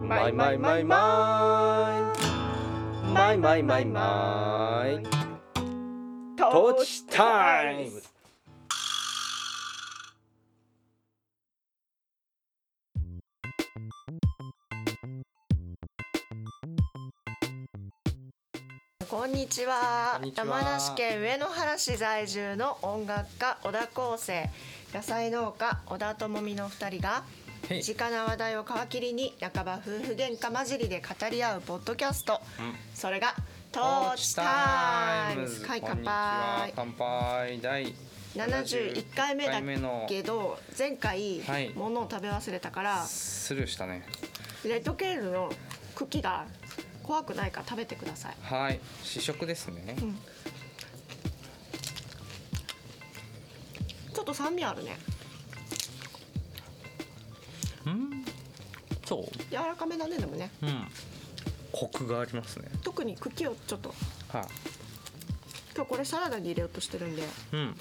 マイマイマイマイマイマイマイマイトーチタイムこんにちはこんにちは山梨県上野原市在住の音楽家小田康生野菜農家小田智美の2人が身近な話題を皮切りに半ば夫婦喧嘩交じりで語り合うポッドキャスト、それが「トーチタイムズ」はい乾杯乾杯第71回目だのけど前回はい物を食べ忘れたからスルーしたねレッドケールの茎が怖くないから食べてくださいはい試食ですねちょっと酸味あるねそ柔らかめだねでもねううんコクがありますね特に茎をちょっとはい今日これサラダに入れようとしてるんでうん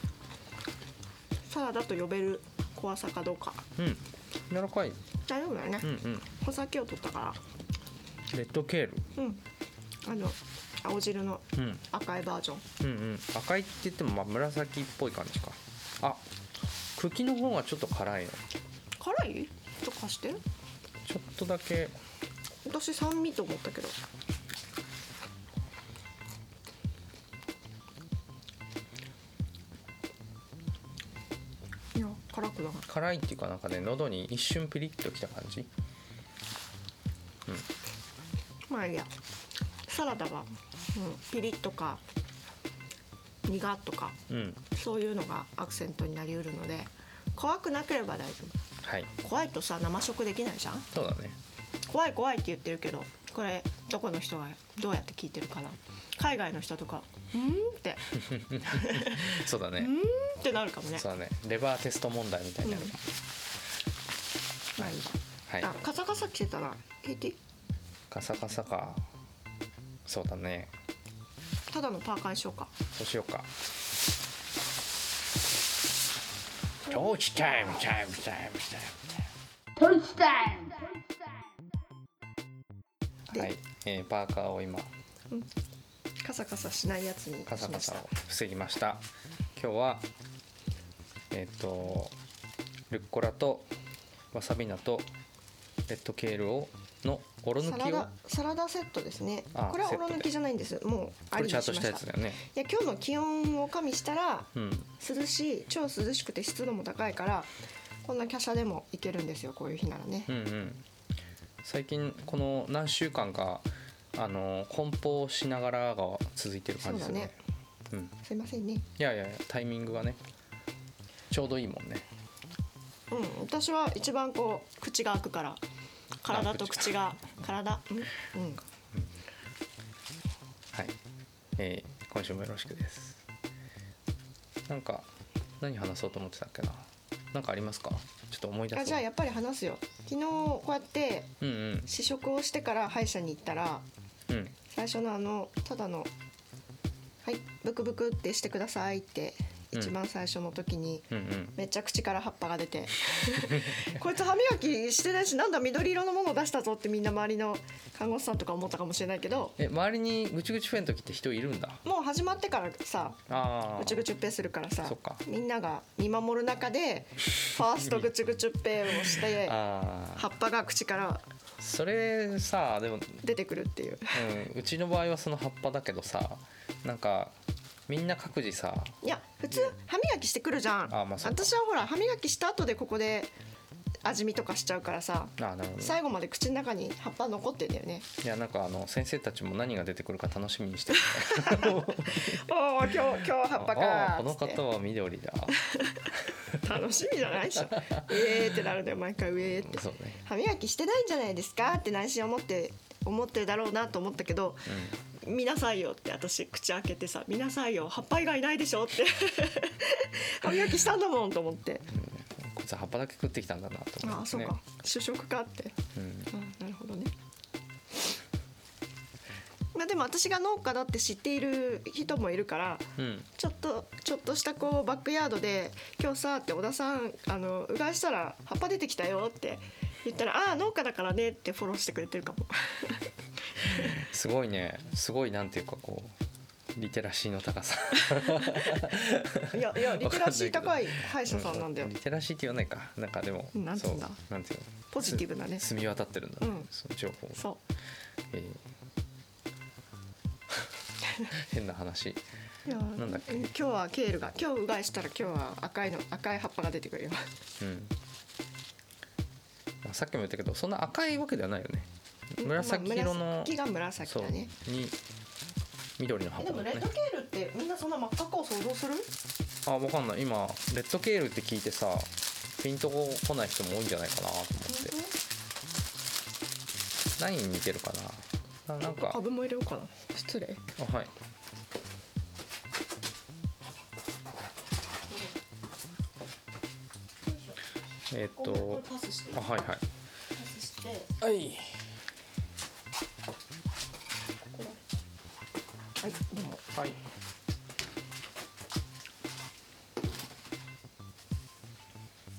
サラダと呼べる怖さかどうかうん柔らかい大丈夫だよね、うんうんお酒を取ったかレッドケールらうんあの青汁のうん赤いバージョンうんうん赤いって言ってもまあ紫っぽい感じかあ茎の方がちょっと辛いの辛いちょっと貸してちょっとだけ私酸味と思ったけどいや辛くない辛いっていうかなんかね喉に一瞬ピリッときた感じまあいいやサラダは、うん、ピリッとか苦っとかうんそういうのがアクセントになりうるので怖くなければ大丈はい夫怖いとさ生食できないじゃんそうだね怖い怖いって言ってるけどこれどこの人がどうやって聞いてるかな海外の人とか「うん?」ってそうだ「うねん?」ってなるかもねそうだねレバーテスト問題みたいな、うんまあいいはいやあカサカサ来てたら聞いていいカサカサかそうだねただのパーカーにしようかそうしようかトーチタイムタイムタイムタイトーチタイムムはい、えー、パーカーを今カサカサしないやつにカサカしましサをた防ぎました今日はえっ、とルッコラとわさび菜とレッドケールをのおろサ抜ラきをダサラダセットですねあこれはセおットろで抜きじゃないんですもうこあれりにチしャートしましたたやつだよねいや今日の気温を加味したらうん涼しい超涼しくて湿度も高いからこんな華奢でもいけるんですよこういう日ならねう、んうん最近この何週間かあの梱包しながらが続いてる感じですよねうんすいませんねいやいやいやタイミングがねちょうどいいもんねうん私は一番こう口が開くから体と口が体うん、うん、はい、えー今週もよろしくですなんか何話そうと思ってたっけななんかありますかちょっと思い出あすじゃあやっぱり話すよ昨日こうやってうんうん試食をしてから歯医者に行ったらうん最初のあのただの「はいブクブクってしてください」ってうん一番最初の時に、うんうんめっちゃ口から葉っぱが出て こいつ歯磨きしてないしなんだ緑色のものを出したぞってみんな周りの看護師さんとか思ったかもしれないけどえ周りにぐちぐちフェンの時って人いるんだもう始まってからさああぐちぐちゅっぺいするからさそっかみんなが見守る中でファーストぐちぐちゅっぺいをして あ葉っぱが口からーそれさでも、出てくるっていううん、うちの場合はその葉っぱだけどさなんかみんな各自さいや普通歯磨きしてくるじゃんあまあそうか私はほら歯磨きした後でここで味見とかしちゃうからさあーなるほど最後まで口の中に葉っぱ残ってんだよねいやなんかあの先生たちも何が出てくるか楽しみにしてるおお今日今日葉っぱかあーこーのっつって方は緑だ楽しみじゃないでしょえーってなるんだよ毎回うえーってそうね歯磨きしてないんじゃないですかって内心思って思ってるだろうなと思ったけど、見なさいよって私口開けてさ見なさいよ葉っぱ以外ないでしょって 歯磨きしたんだもんと思ってこいつ葉っぱだけ食ってきたんだなと思っああて、そうね、か主食かってうんあなるほどねまあでも私が農家だって知っている人もいるからうんちょっとちょっとしたこうバックヤードで「今日さ」って「小田さんあのうがいしたら葉っぱ出てきたよ」って言ったら「ああ農家だからね」ってフォローしてくれてるか もすごいねすごいなんていうかこうリテラシーの高さいやいやリテラシー高い歯医う者さんなん だよリテラシーって言わないかなんかでもうんなんつうんだそうなんていうのポジティブなね澄み渡ってるんだ、ねうんその情報そえー 変な話ういやんだっけ今日はケールが今日うがいしたら今日は赤いの赤い葉っぱが出てくるようん、まあさっきも言ったけどそんな赤いわけではないよねうん紫色まあの、紫が紫そだうねに緑の葉っえぱでもだレねッドケールってみんなそんな真っ赤を想像するあわかんない今レッドケールって聞いてさピンとこない人も多いんじゃないかなと思って何に似てるかなななんか株も入れようかな失礼あはいえっとパスしてあはいはいパスしてはいはいでもはい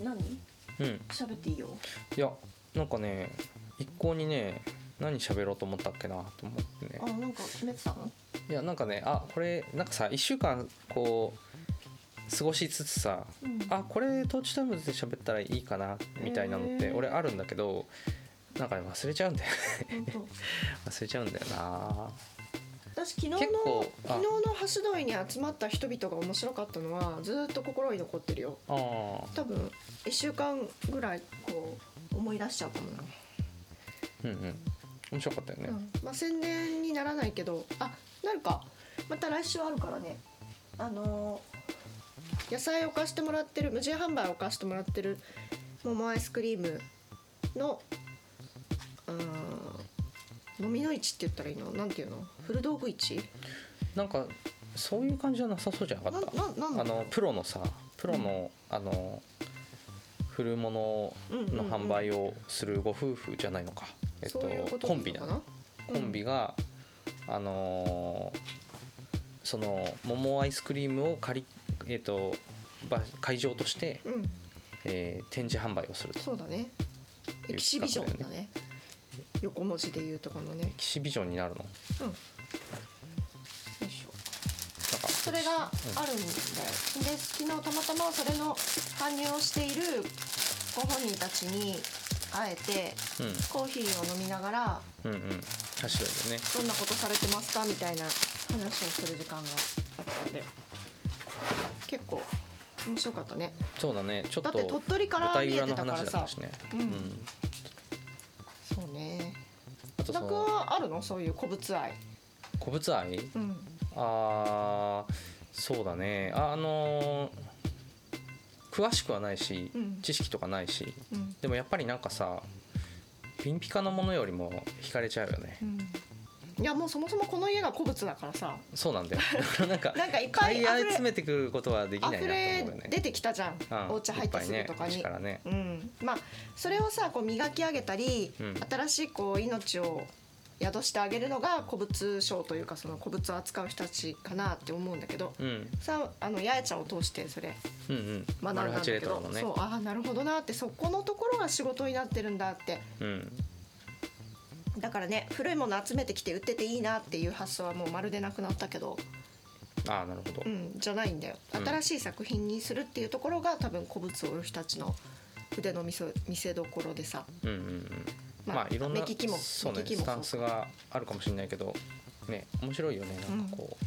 何うん喋っていいよいやなんかね一向にね何喋ろうと思ったっけなと思ってねあなんか決めてたのいやなんかねあこれなんかさ1週間こう過ごしつつさ、うんあこれトーチタイムズで喋ったらいいかなみたいなのってへー俺あるんだけどなんかね忘れちゃうんだよ 本当忘れちゃうんだよな私昨日の結構あ昨日の橋通りに集まった人々が面白かったのはずーっと心に残ってるよあー多分1週間ぐらいこう思い出しちゃうかもな、うんうん面白かったよね、うんまあ、宣伝にならないけどあなるかまた来週あるからねあのー野菜を貸してもらってる無人販売を貸してもらってる桃アイスクリームのうーん飲みの市って言ったらいいのなんていうの古道具市なんかそういう感じはなさそうじゃなかなっんたなんなんあだろうのプロのさプロの、あの古物の販売をするご夫婦じゃないのか、えっそういうことコンビだなねのかなコンビが、あのーその桃アイスクリームを借り、えっと場会場として、うん、うんえー展示販売をするとそうだねいう企画だよねエキシビジョンだね横文字で言うとこのねよエキシビジョンになるのなんかいしょそれがあるんだよ、で昨日たまたまそれの搬入をしているご本人たちに会えてうコーヒーを飲みながらんうんうんうん確かにねどんなことされてますかみたいな話をする時間があったんで結構面白かったねそうだねちょっだとって鳥取から舞見台え裏のてたから話ださったしね、うんそうねあと田そ中のはあるのそういう古物愛古物愛うんあーそうだねああのー詳しくはないし、うん知識とかないしうんでもやっぱりなんかさピンピカのものよりも惹かれちゃうよねうんいやもうそもそもこの家が古物だからさそうなん だよなんかなんかいっぱ買いい溢集れめてくることはできないなと溢思うよれ出ねてきたじゃん、うんお家入ってすぐいとぱかいね口に、からねうん、まあそれをさこう磨き上げたり、うん新しいこう命を宿してあげるのが古物商というかその古物を扱う人たちかなって思うんだけどうんさあの八重ちゃんを通してそれうんうん学んだんだ丸八けレトど、ロのねそうああなるほどなってそこのところが仕事になってるんだってうんだからね古いもの集めてきて売ってていいなっていう発想はもうまるでなくなったけど、ああなるほど、うん、じゃないんだようん新しい作品にするっていうところが多分古物を売る人たちの腕の見せ見せどころでさうんうんうんまあまあいろんな目利きもそうね目利きスもそうタンスがあるかもしれないけどね面白いよねなんかこう、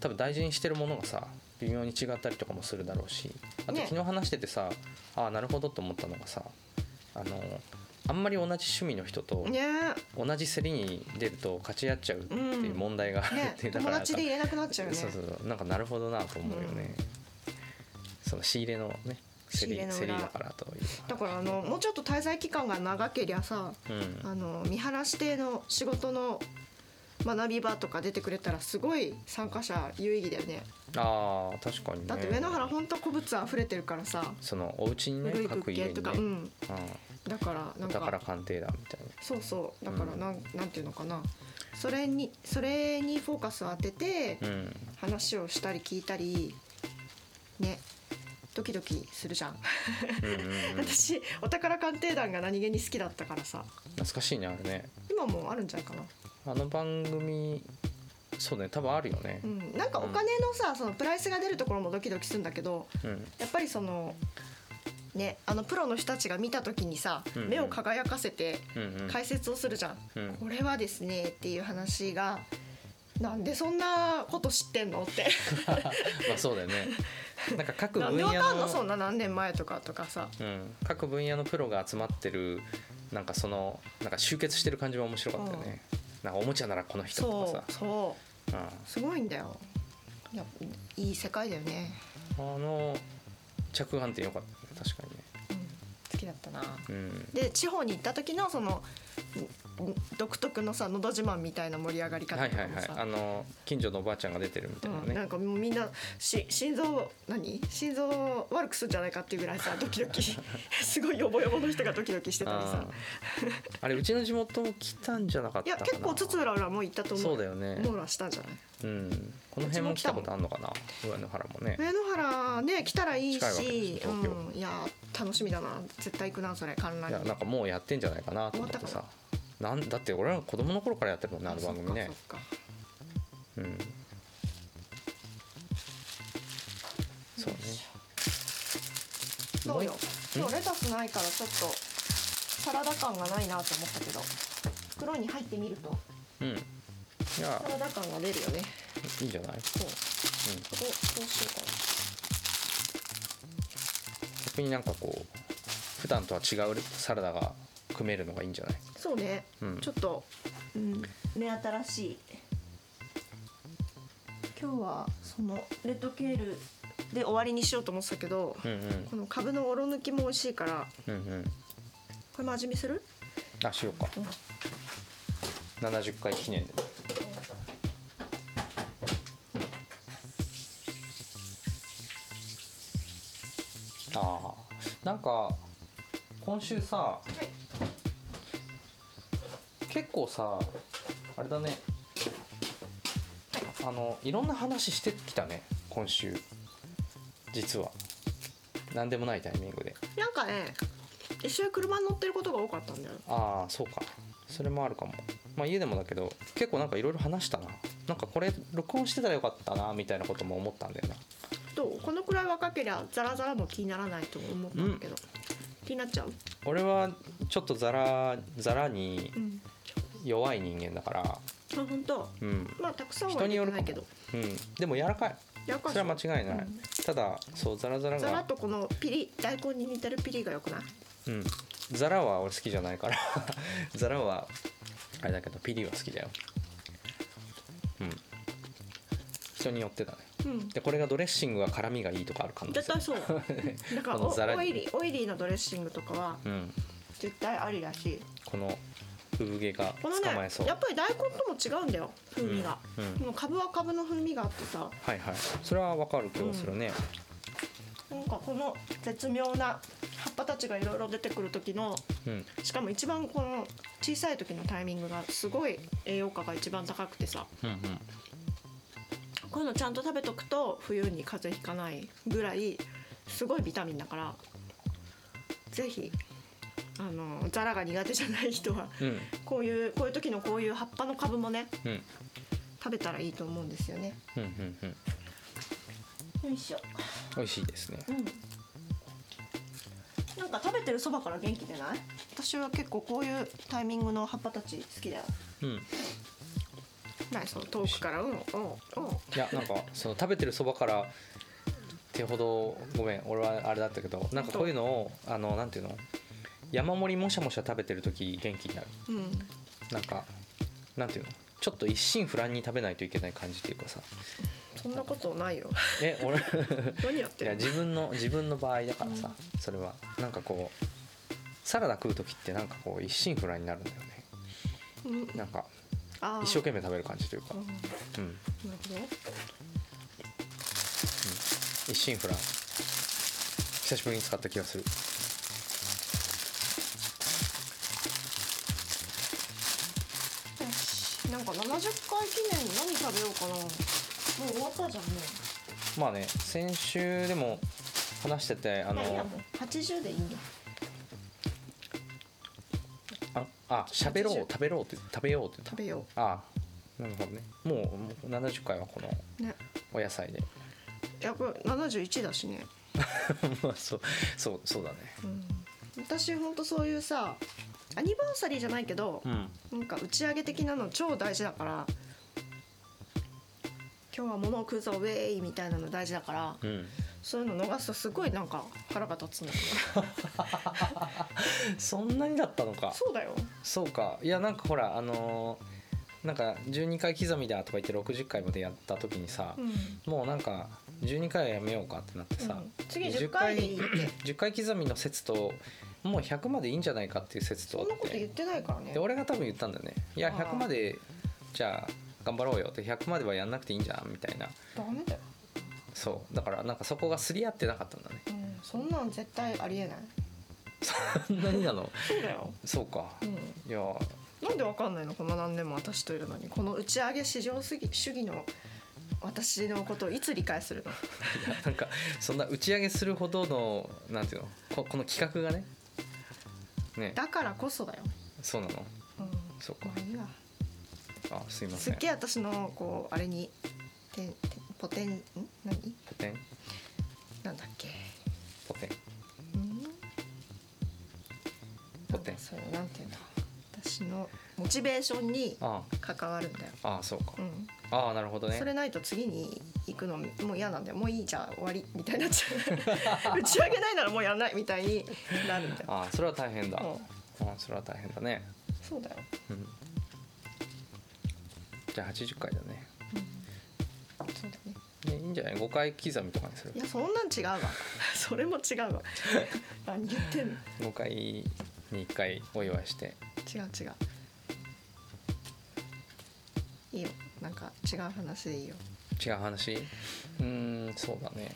多分大事にしてるものがさ微妙に違ったりとかもするだろうしあとね昨日話しててさ、ああなるほどと思ったのがさあのあんまり同じ趣味の人とね同じ競りに出ると勝ち合っちゃうっていう問題があえるねっていえう、だ友から達で入れなくなっちゃうよねそうそうそうなんかなるほどなと思うよね、その仕入れのね競仕入りれの競り裏だからというだからあのもうちょっと滞在期間が長けりゃさうんあの見晴らし亭の仕事の学び場とか出てくれたらすごい参加者有意義だよねあー確かにねだって上野原ほんと古物あふれてるからさそのお家にね古い物各家件にとねか、うんだからうなんん、かだから鑑定だみたいそうそうだからなん,、なんていうのかなそれにそれにフォーカスを当ててなうん話をしたり聞いたりねドキドキするじゃんうんうんうん私お宝鑑定団が何気に好きだったからさ懐かしいねあれね今もあるんじゃないかなあの番組そうね多分あるよねう、ん、なんかお金のさそのプライスが出るところもドキドキするんだけどうん、やっぱりそのねあのプロの人たちが見た時にさうんうん目を輝かせてうんうん解説をするじゃん。うんこれはですねっていう話がなんでそんなこと知ってん のってまあそうだよねなんか各な分んで野わかんののそんな何年前とかとかさ。うん、各分野のプロが集まってるなんかそのなんか集結してる感じも面白かったよね、なんかおもちゃならこの人とそかうそうさ、すごいんだよ。いやいい世界だよね。うん、あの着眼点良かったね確かうん、好きだったな。にね、うん、で地方に行った時のそのんん独特のさ「のど自慢」みたいな盛り上がりは方いとはかいもはいさ、あの近所のおばあちゃんが出てるみたいなうん、なね、んかもうみんなし心臓何心臓を悪くするんじゃないかっていうぐらいさドキドキ すごいヨボヨボの人がドキドキしてたりさあーあれうちの地元も来たんじゃなかっいたやかな結構津々浦々も行ったと思うそうだよねノーラしたんじゃないうんこの辺も来たことあんのかな上野原もね上野原ね来たらいい近いわけしでしょ東京うん、いや楽しみだな絶対行くなそれ観覧いにやなんかもうやってんじゃないかなと思って終わさっなんだって俺らの子供の頃からやってるもんねあの番組ねそっかうんそうねそっかどうよん今日レタスないからちょっとサラダ感がないなと思ったけど袋に入ってみるとうんいやサラダ感が出るよねいいんじゃない、うん、そうここどうしようかな逆になんかこう普段とは違うサラダが組めるのがいいんじゃないそうね、うんちょっと、うん、目新しい今日はそのレッドケールで終わりにしようと思ってたけど、うんうんこの株のおろ抜きも美味しいからうんうんこれも味見するあしようかうん70回記念でああなんか今週さ、結構さあれだねあのいろんな話してきたね今週実は何でもないタイミングでなんかね一緒に車に乗ってることが多かったんだよああそうかそれもあるかもまあ家でもだけど結構なんかいろいろ話したななんかこれ録音してたらよかったなみたいなことも思ったんだよなどうこのくらい若けりゃザラザラも気にならないと思ったんだけど、気になっちゃう、俺はちょっとザラザラにうん、弱い人間だからあ本当うんまあたくさんは人による入かれもてないけどうんでも柔らかいやかそしれは間違いない、うんただそうザラザラザラがッとこのピリ大根に似てるピリがよくないうんザラは俺好きじゃないから ザラはあれだけどピリは好きだようん人によってだねうんでこれがドレッシングが辛みがいいとかある可能性絶 対そうなんかこのザラおオイリーオイリーのドレッシングとかはうん絶対ありだしこの産毛がこの捕まねえそう、やっぱり大根とも違うんだよ風味が、うんうんこの株は株の風味があってさはいはいそれはわかる気がするね、なんかこの絶妙な葉っぱたちがいろいろ出てくる時のうんしかも一番この小さい時のタイミングがすごい栄養価が一番高くてさうんうんこういうのちゃんと食べとくと冬に風邪ひかないぐらいすごいビタミンだからぜひあのザラが苦手じゃない人は うんこういうこういう時のこういう葉っぱの株もねうん食べたらいいと思うんですよね。うんうんうんよいしょ。美味しいですねうん。なんか食べてるそばから元気出ない？私は結構こういうタイミングの葉っぱたち好きだよ。うんないその遠くからうんうんうん。いやなんかその食べてるそばから手ほどごめん俺はあれだったけどなんかこういうのをあのなんていうの山盛りもしゃもしゃ食べてる時元気になるうん。なんかなんていうのちょっと一心不乱に食べないといけない感じっていうかさそんなことない よ。え俺何やっいてやるの？自分の自分の場合だからさ、それはなんかこうサラダ食う時ってなんかこう一心不乱になるんだよねうんなんかあー一生懸命食べる感じというかう、んなうん、るほど。一心不乱久しぶりに使った気がするよしなんか70回記念何食べようかなもう終わったじゃんねまあね先週でも話しててあいやいやのもう80でいいんだああ喋ろう食べろうって食べようって言った食べよああなるほどねもうもう70回はこのうねお野菜で いやこれ71だしね、まあそうそうそうだねうん、私ほんとそういうさアニバーサリーじゃないけどう、んなんか打ち上げ的なの超大事だから今日は物を食うぞウェイみたいなの大事だからうんそういうの逃すとすごいなんか腹が立つんだけ そんなにだったのかど そうだよそうかいやなんかほらあのーなんか12回刻みだとか言って60回までやった時にさ、うん、もうなんか12回はやめようかってなってさ、うん次10回でいい って10回刻みの説ともう100までいいんじゃないかっていう説とそんなこと言ってないからねで俺が多分言ったんだよねいやあー100までじゃあ頑張ろうよって100まではやんなくていいんじゃんみたいなダメだよ、そうだからなんかそこがすり合ってなかったん だねうん、そんなん絶対ありえない何なのそうだよ、そうかうん、いやなんでわかんないのこの何年も私といるのにこの打ち上げ至上主義主義の私のことをいつ理解するのなんかそんな打ち上げするほどのなんていうのここの企画がねねだからこそだよ、そうなのうん、そうかまあいいわあすいますせんっげえ私のこうあれにててポテンん何ポテンなんだっけポテンんポテンなんかそれなんていうんだ私のモチベーションにあ関わるんだよ、ああそうかうん、ああなるほどねそれないと次に行くのもう嫌なんだよもういいじゃあ終わりみたいになっ ちゃう打ち上げないならもうやらないみたいになるんだよ、ああそれは大変だうん、あそれは大変だねそうだよ、うんじゃあ80回だねうん、そうだねねいいんじゃない5回刻みとかにするいやそんなん違うわ それも違うわ何言ってんの違5回に1回お祝いしてう違ういいよなんか違う話でいいよ違う話うーんそうだね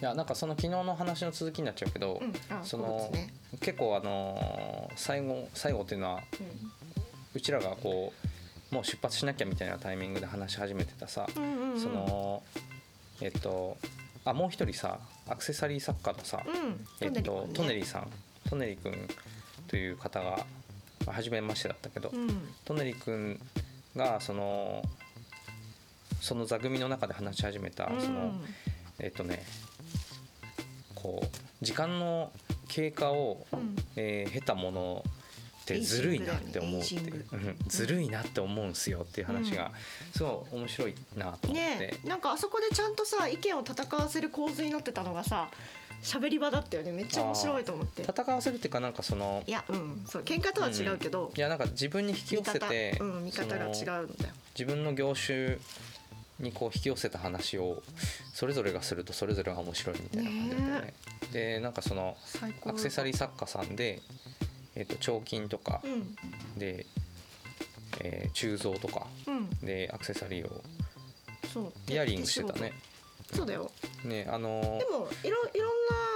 いやなんかその昨日の話の続きになっちゃうけど、うんあそそののね、結構あのー最後最後っていうのはうちらがこうもう出発しなきゃみたいなタイミングで話し始めてたさ、うん、うんうんうんそのえっとあもう一人さアクセサリー作家のさ、うんえっと、トネリリさんトネリ君という方がまあ初めましてだったけど、君ねトネリ君がそのその座組の中で話し始めた、うんうんそのえっとねこう時間の経過を、うんえー経たものってずるいなって思うっていエイジングう、だうんずるいなって思うんすよっていう話が、すごい面白いなと思って、ねえなんかあそこでちゃんとさ意見を戦わせる構図になってたのがさ喋り場だったよねめっちゃ面白いと思って戦わせるっていうかなんかそのいやうんそう喧嘩とは違うけど、いやなんか自分に引き寄見せ方て、うん見方が違うんそだのよ自分の業種にこう引き寄せた話をそれぞれがするとそれぞれが面白いみたいな感じだったよね。でなんかその最高アクセサリリー作家さんで、えっと彫金とかうんで、えー鋳造とかうんでアクセサリーをそうイヤリングしてたね。手仕事そうだよねあのでもいろいろん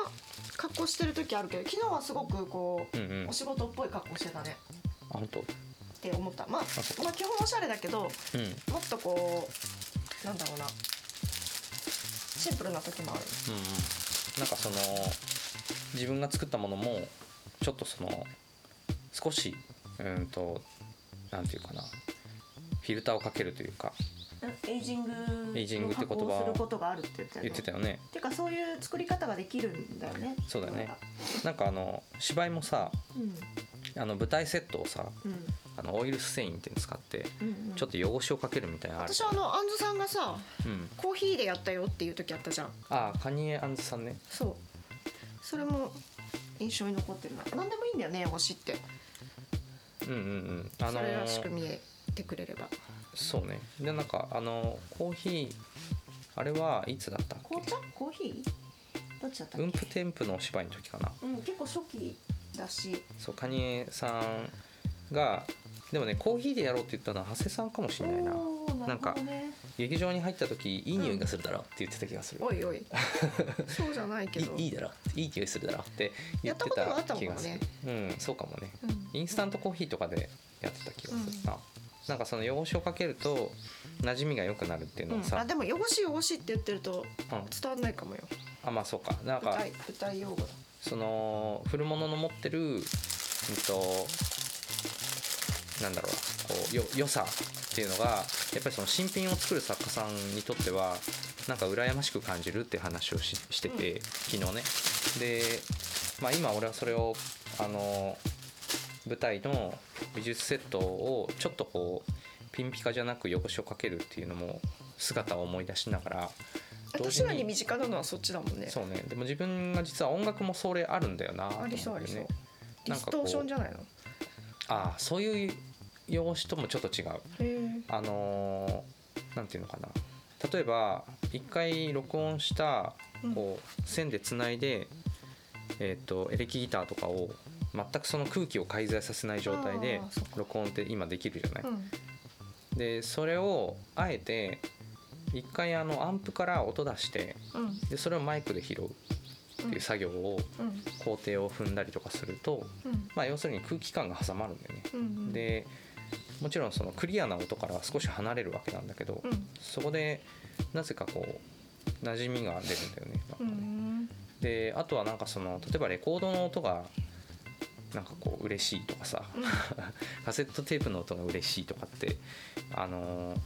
な格好してる時あるけど昨日はすごくこうんううんお仕事っぽい格好してたねあ本当って思ったまあまあ基本おしゃれだけどうんもっとこうなんだろうなシンプルな時もあるうんうん、なんかその自分が作ったものもちょっとその少しうんとなんていうかなフィルターをかけるというかエイジングエイジングって言葉の加工をすることがあるって言ってたよね言ってたよねてかそういう作り方ができるんだよねそうだよねなんかあの芝居もさうんあの舞台セットをさうんあのオイルスセインっていうの使ってうんうんちょっと汚しをかけるみたいなのある私、あのあんずさんがさうん、コーヒーでやったよっていう時あったじゃんああカニエアンズさんねそうそれも印象に残ってるな何でもいいんだよね星ってうんうんうんあそのれらしく見えてくれればそうねでなんかあのコーヒーあれはいつだったっけ紅茶コーヒーどっちだったっうんけぷてんぷのお芝居の時かなうん結構初期だしそうカニエさんがでもねコーヒーでやろうって言ったのは長谷さんかもしれないなおーなんかるほどね劇場に入った時いい匂いがするだろって言ってた気がする、おい おいそうじゃないけどいいいだろいい匂いするだろって言ってやったことがあったたのか気もがするねうんそうかもねうんインスタントコーヒーとかでやってた気がするな、なんかその汚しをかけると馴染みが良くなるっていうのをうん、あさ、でも汚し汚しって言ってるとうん伝わんないかもよあまあそうかなん舞か台舞台用語だその古物の持ってるうんとなんだろうこうよ良さっていうのがやっぱりその新品を作る作家さんにとってはなんか羨ましく感じるって話をししてて、昨日ねで、まあ、今俺はそれをあの舞台の美術セットをちょっとこうピンピカじゃなく汚しをかけるっていうのも姿を思い出しながら同時確かに身近なのはそっちだもんねそうねでも自分が実は音楽もそれあるんだよなと思あってりそうあねりそうディなんスかトこーションうじゃないのああそういう用紙ともちょっと違うへえあのーなんていうのかな例えば一回録音したうんこう線でつないで、えー、とエレキギターとかを全くその空気を介在させない状態であーそっか録音って今できるじゃない、うんでそれをあえて一回あのアンプから音出してうんでそれをマイクで拾うっていう作業をうん工程を踏んだりとかすると、うんまあ、要するに空気感が挟まるんだよね。うんでもちろんそのクリアな音からは少し離れるわけなんだけど、うんそこでなぜかこう馴染みが出るんだよね。なんかうねんであとはなんかその例えばレコードの音がなんかこう嬉しいとかさ、 カセットテープの音が嬉しいとかってあのー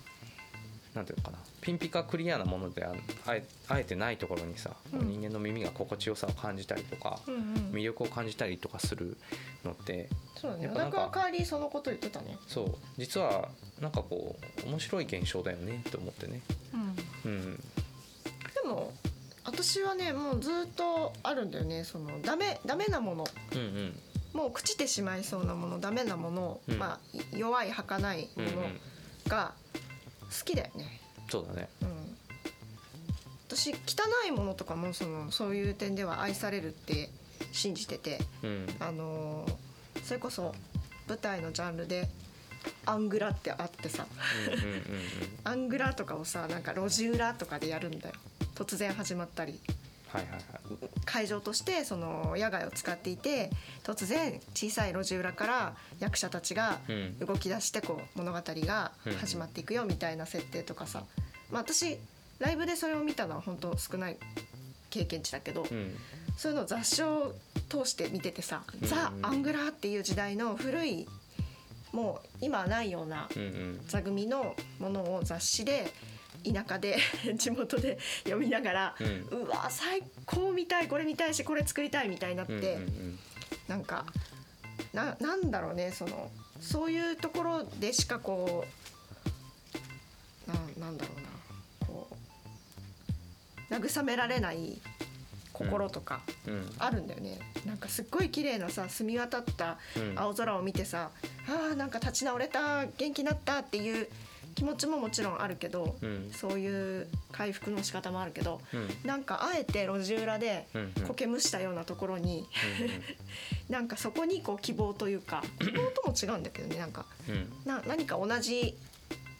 なんていうのかなピンピカクリアなものでああえあえてないところにさ、うん人間の耳が心地よさを感じたりとか、うんうん魅力を感じたりとかするのってそうだねやっ小ぱな田んか君は代わりにそのこと言ってたねそう実はなんかこう面白い現象だよねと思ってねうんうんでも私はねもうずっとあるんだよねそのダメダメなものうんうんもう朽ちてしまいそうなものダメなもの、うんまあい弱い儚いうんもうんのが好きだよね、そうだねうん、私汚いものとかもそのそういう点では愛されるって信じてて、うんあのーそれこそ舞台のジャンルでアングラってあってさうんうんうん うんアングラとかをさなんか路地裏とかでやるんだよ突然始まったりはいはいはい会場としてその野外を使っていて突然小さい路地裏から役者たちがうん動き出してこう物語が始まっていくよみたいな設定とかさ、まあ、私ライブでそれを見たのは本当少ない経験値だけど、うんそういうのを雑誌を通して見ててさ「うんザ・アングラ」っていう時代の古いもう今はないようなうんうん座組のものを雑誌で田舎で 地元で読みながら、ううわ最高見たいこれ見たいしこれ作りたいみたいになって、うんうんなんかななんだろうねそのそういうところでしかこうななんだろうなこう慰められない心とかうんうんあるんだよね、なんかすっごい綺麗なさ澄み渡ったうん青空を見てさ、あーなんか立ち直れた元気になったっていう気持ちももちろんあるけど、うんそういう回復の仕方もあるけど、うんなんかあえて路地裏でうんうん苔むしたようなところに、なんかそこにこう希望というか希望とも違うんだけどねなんかうんな何か同じ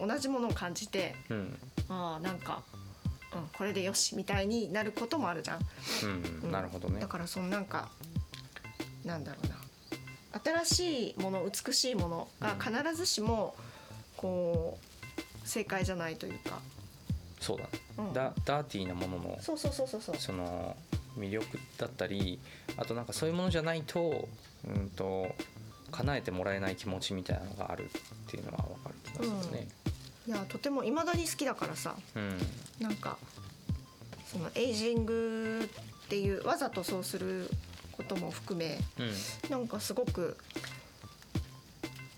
同じものを感じてうんうんああなんか、うん、これでよしみたいになることもあるじゃん。うんうんなるほどねだからそのなんかなんだろうな新しいもの美しいものが必ずしもこう正解じゃないというか、そうだねうん、ダダーティーなもののそうそうそうそうそうその魅力だったりあとなんかそういうものじゃないとうんと叶えてもらえない気持ちみたいなのがあるっていうのは分かる気がするね。いやとてもいまだに好きだからさうんなんかそのエイジングっていうわざとそうすることも含めうんなんかすごく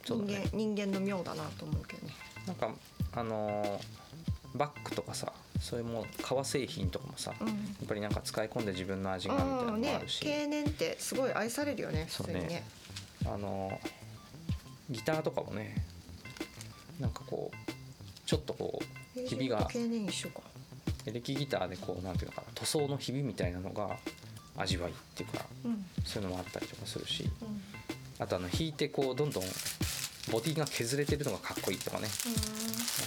そ人う間,、だね人間の妙だなと思うけどね。なんかあのーバッグとかさそういうもう革製品とかもさ、うやんっぱりなんか使い込んで自分の味がみたいなのうんもあねる、し、経年ってすごい愛されるよね普通にそうねねあのーギターとかもねなんかこうちょっとこうひびが経年一緒かエレキギターでこうなんていうのかな塗装のひびみたいなのが味わいっていうかうんそういうのもあったりとかするしうんあとあの弾いてこうどんどんボディが削れてるのがかっこいいとかねなん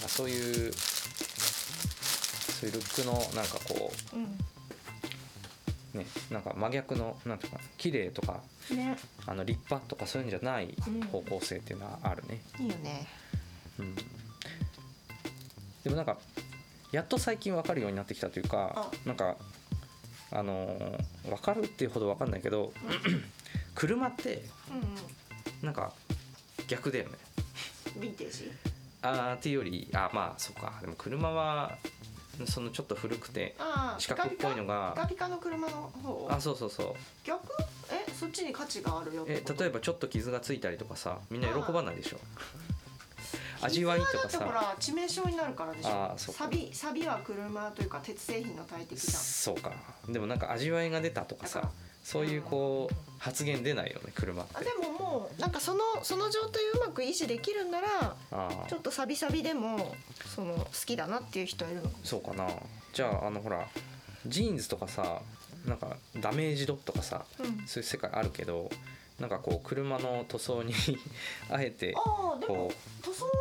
かそういうそういうルックのなんかこううねなんか真逆のなんていうのかな綺麗とかんねあの立派とかそういうんじゃない方向性っていうのはあるね。いいよねうん、でもなんかやっと最近分かるようになってきたというかなんかあのー、分かるっていうほど分かんないけど 車ってうんなんか逆だよねうん、ヴィンテージあーっていうよりあまあそっかでも車はそのちょっと古くてああ四角っぽいのピカがピカの車の方あそうそうそう逆えそっちに価値があるよってえこと例えばちょっと傷がついたりとかさみんな喜ばないでしょ傷味わいとかはさだってほら致命傷になるからでしあーょそうかサビサビは車というか鉄製品の大敵じゃんそうかでもなんか味わいが出たとかださかそういうこう発言出ないよね車ってあでももうなんかそのその状態をうまく維持できるんならああちょっとサビサビでもその好きだなっていう人いるのかもそうかなじゃああのほらジーンズとかさなんかダメージドとかさうんそういう世界あるけどなんかこう車の塗装に あえてああでもこ塗装の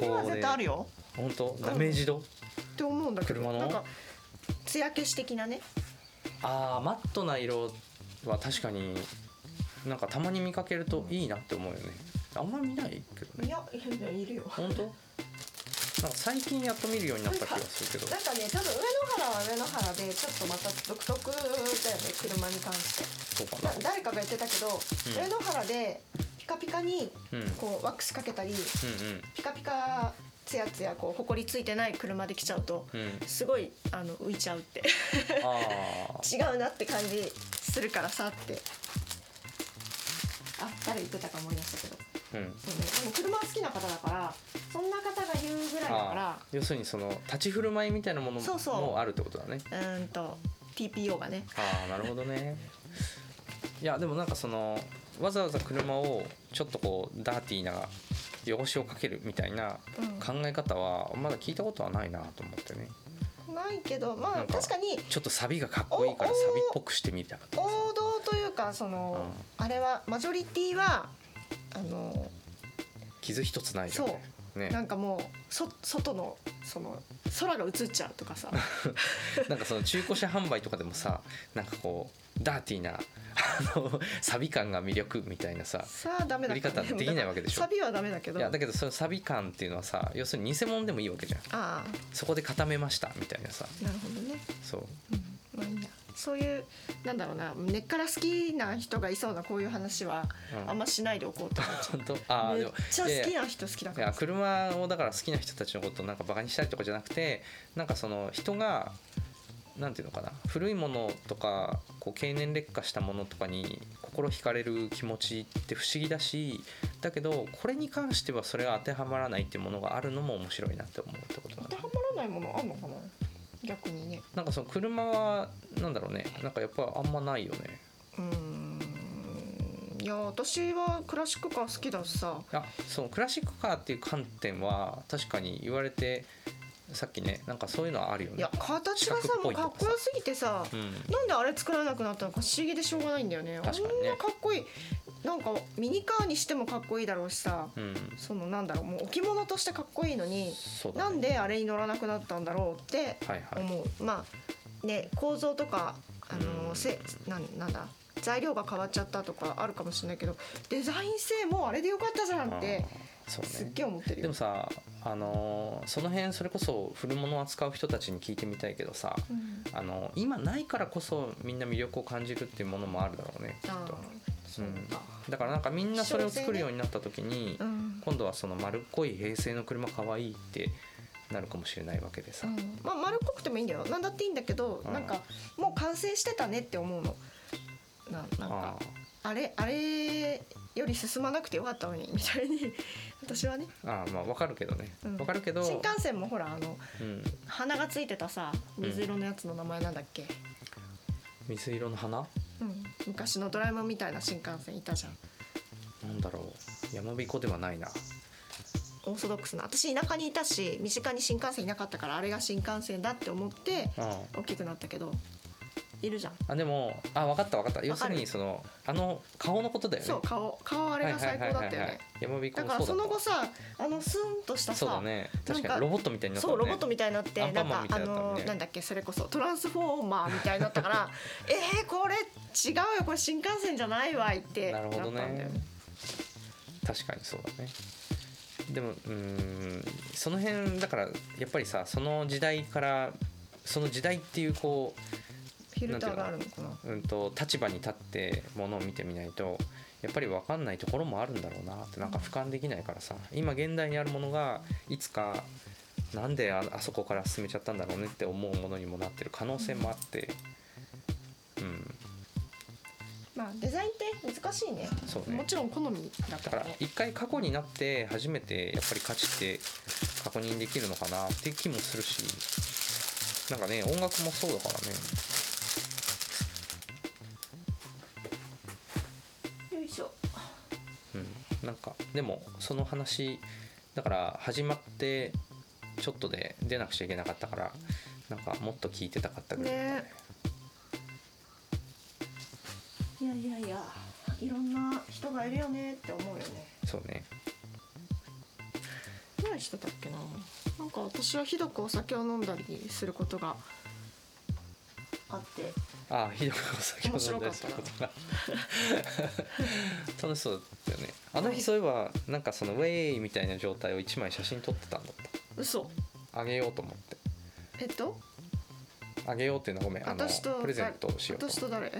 世界には絶対あるよう本当ダメージドって思うんだけど車のなんか艶消し的なねあーマットな色は確かになんかたまに見かけるといいなって思うよねあんま見ないけどいねやいやいやいるよ本当なんか最近やっと見るようになった気がするけどなんかね多分上野原は上野原でちょっとまた独特だよね車に関してそうかなな誰かが言ってたけど、ん上野原でピカピカにうんうんこうワックスかけたりうんピカピカツヤツヤこうほこりついてない車で来ちゃうとうんすごいあの浮いちゃうって ああ違うなって感じするからさってあ誰言ってたか思い出したけど うんそう、ね、でも車好きな方だからそんな方が言うぐらいだあかー要するにその立ち振る舞いみたいなものそうそうもあるってことだねらうーんと TPO がねああなるほどねいやでもなんかそのわざわざ車をちょっとこうダーティーな汚しをかけるみたいなうん考え方はまだ聞いたことはないなと思ってねないけどまなあんか確かにちょっとサビがかっこいいからおサおビっぽくしてみたとかさ王道というかその、あれはマジョリティはあの傷一つないじゃんそねなんかもうそ外のその空が映っちゃうと かさなんかその中古車販売とかでもさなんかこうダーティーなあのサビ感が魅力みたいなささあダメだ売り方できないわけでしょサビはダメだけどいやだけどそのサビ感っていうのはさ要するに偽物でもいいわけじゃんあそこで固めましたみたいなさあなるほどね、そううん、まあいいやそういうなんだろうな根っから好きな人がいそうなこういう話はうんあんましないでおこうと思っちゃう本当ああめでっもちゃ好いきやな人好きだいかやら車をだから好きな人たちのことをなんかバカにしたりとかじゃなくてなんかその人がなんていうのかな古いものとかこう経年劣化したものとかに心惹かれる気持ちって不思議だしだけどこれに関してはそれは当てはまらないっていうものがあるのも面白いなって思うってことだな当てはまらないものあんのかな逆にねなんかその車はなんだろうねなんかやっぱあんまないよねうーんいや私はクラシックカー好きだしさあそのクラシックカーっていう観点は確かに言われてさっきねなんかそういうのはあるよいねや形が四角さっもぽういとかかっこよすぎてさうんなんであれ作らなくなったのか不思議でしょうがないんだよね確かにねあんなかっこいいなんかミニカーにしてもかっこいいだろうしさうん、そのなんだろうもう置物としてかっこいいのにそうだ、ね、なんであれに乗らなくなったんだろうってはいはい思うまあね構造とかあうのんせなんなんだ材料が変わっちゃったとかあるかもしれないけどデザイン性もうあれでよかったじゃんってあーそうすっねげえ思ってるでよも。さあのーその辺それこそ古物を扱う人たちに聞いてみたいけどさうんあの今ないからこそみんな魅力を感じるっていうものもあるだろうねきっあとーそうかだからなんかみんなそれを作るようになった時に、うん今度はその丸っこい平成の車かわいいってなるかもしれないわけでさ、うんまあ丸っこくてもいいんだよなんだっていいんだけどうんなんかもう完成してたねって思うのななんあかあれあれより進まなくてよかったのにみたいに 私はねーあーまあわかるけどねわう、んかるけど、新幹線もほらあのうん、鼻がついてたさ水色のやつの名前なんだっけ、水色の花うん、昔のドラえもんみたいな新幹線いたじゃんなんだろう山彦ではないなオーソドックスな私田舎にいたし身近に新幹線いなかったからあれが新幹線だって思ってうん大きくなったけどいるじゃん、あでもあ分かった分かった要わすかるるにそのあの顔のことだよねそう顔顔あれが最高だったよね山彦だもからそそうだったの後さあのスンとしたさそうだね確なかんかにロボットみたいになったそもうんねロボットみたいになってアンパンマンんみかたあいだったもんのねなんだっけそれこそトランスフォーマーみたいになったから えー、これ違うよこれ新幹線じゃないわいってなるほどったんだよね確かにそうだねでもうーんその辺だからやっぱりさその時代からその時代っていうこフィルターがあるのかなう、うん、と立場に立ってものを見てみないとやっぱり分かんないところもあるんだろうなってなんか俯瞰できないからさ今現代にあるものがいつかなんでああそこから進めちゃったんだろうねって思うものにもなってる可能性もあってうんまあデザインって難しいねそうもねちろん好みだだかかららね一回過去になって初めてやっぱり価値って確認できるのかなっていう気もするしなんかね音楽もそうだからねよいしょうん、なんかでもその話だから始まってちょっとで出なくちゃいけなかったからなんかもっと聞いてたかったぐらいだったねねいやいやいやいろんな人がいるよねって思うよねそうね何してたっけななんか私はひどくお酒を飲んだりすることがあってああひどくお酒を飲んだりすることが楽しそうだったよねあの日そういえばなんかそのウェイみたいな状態を1枚写真撮ってたんだっ嘘たあげようと思ってえっとあげようっていうのはごめんあの私とプレゼントをしようと思私と誰う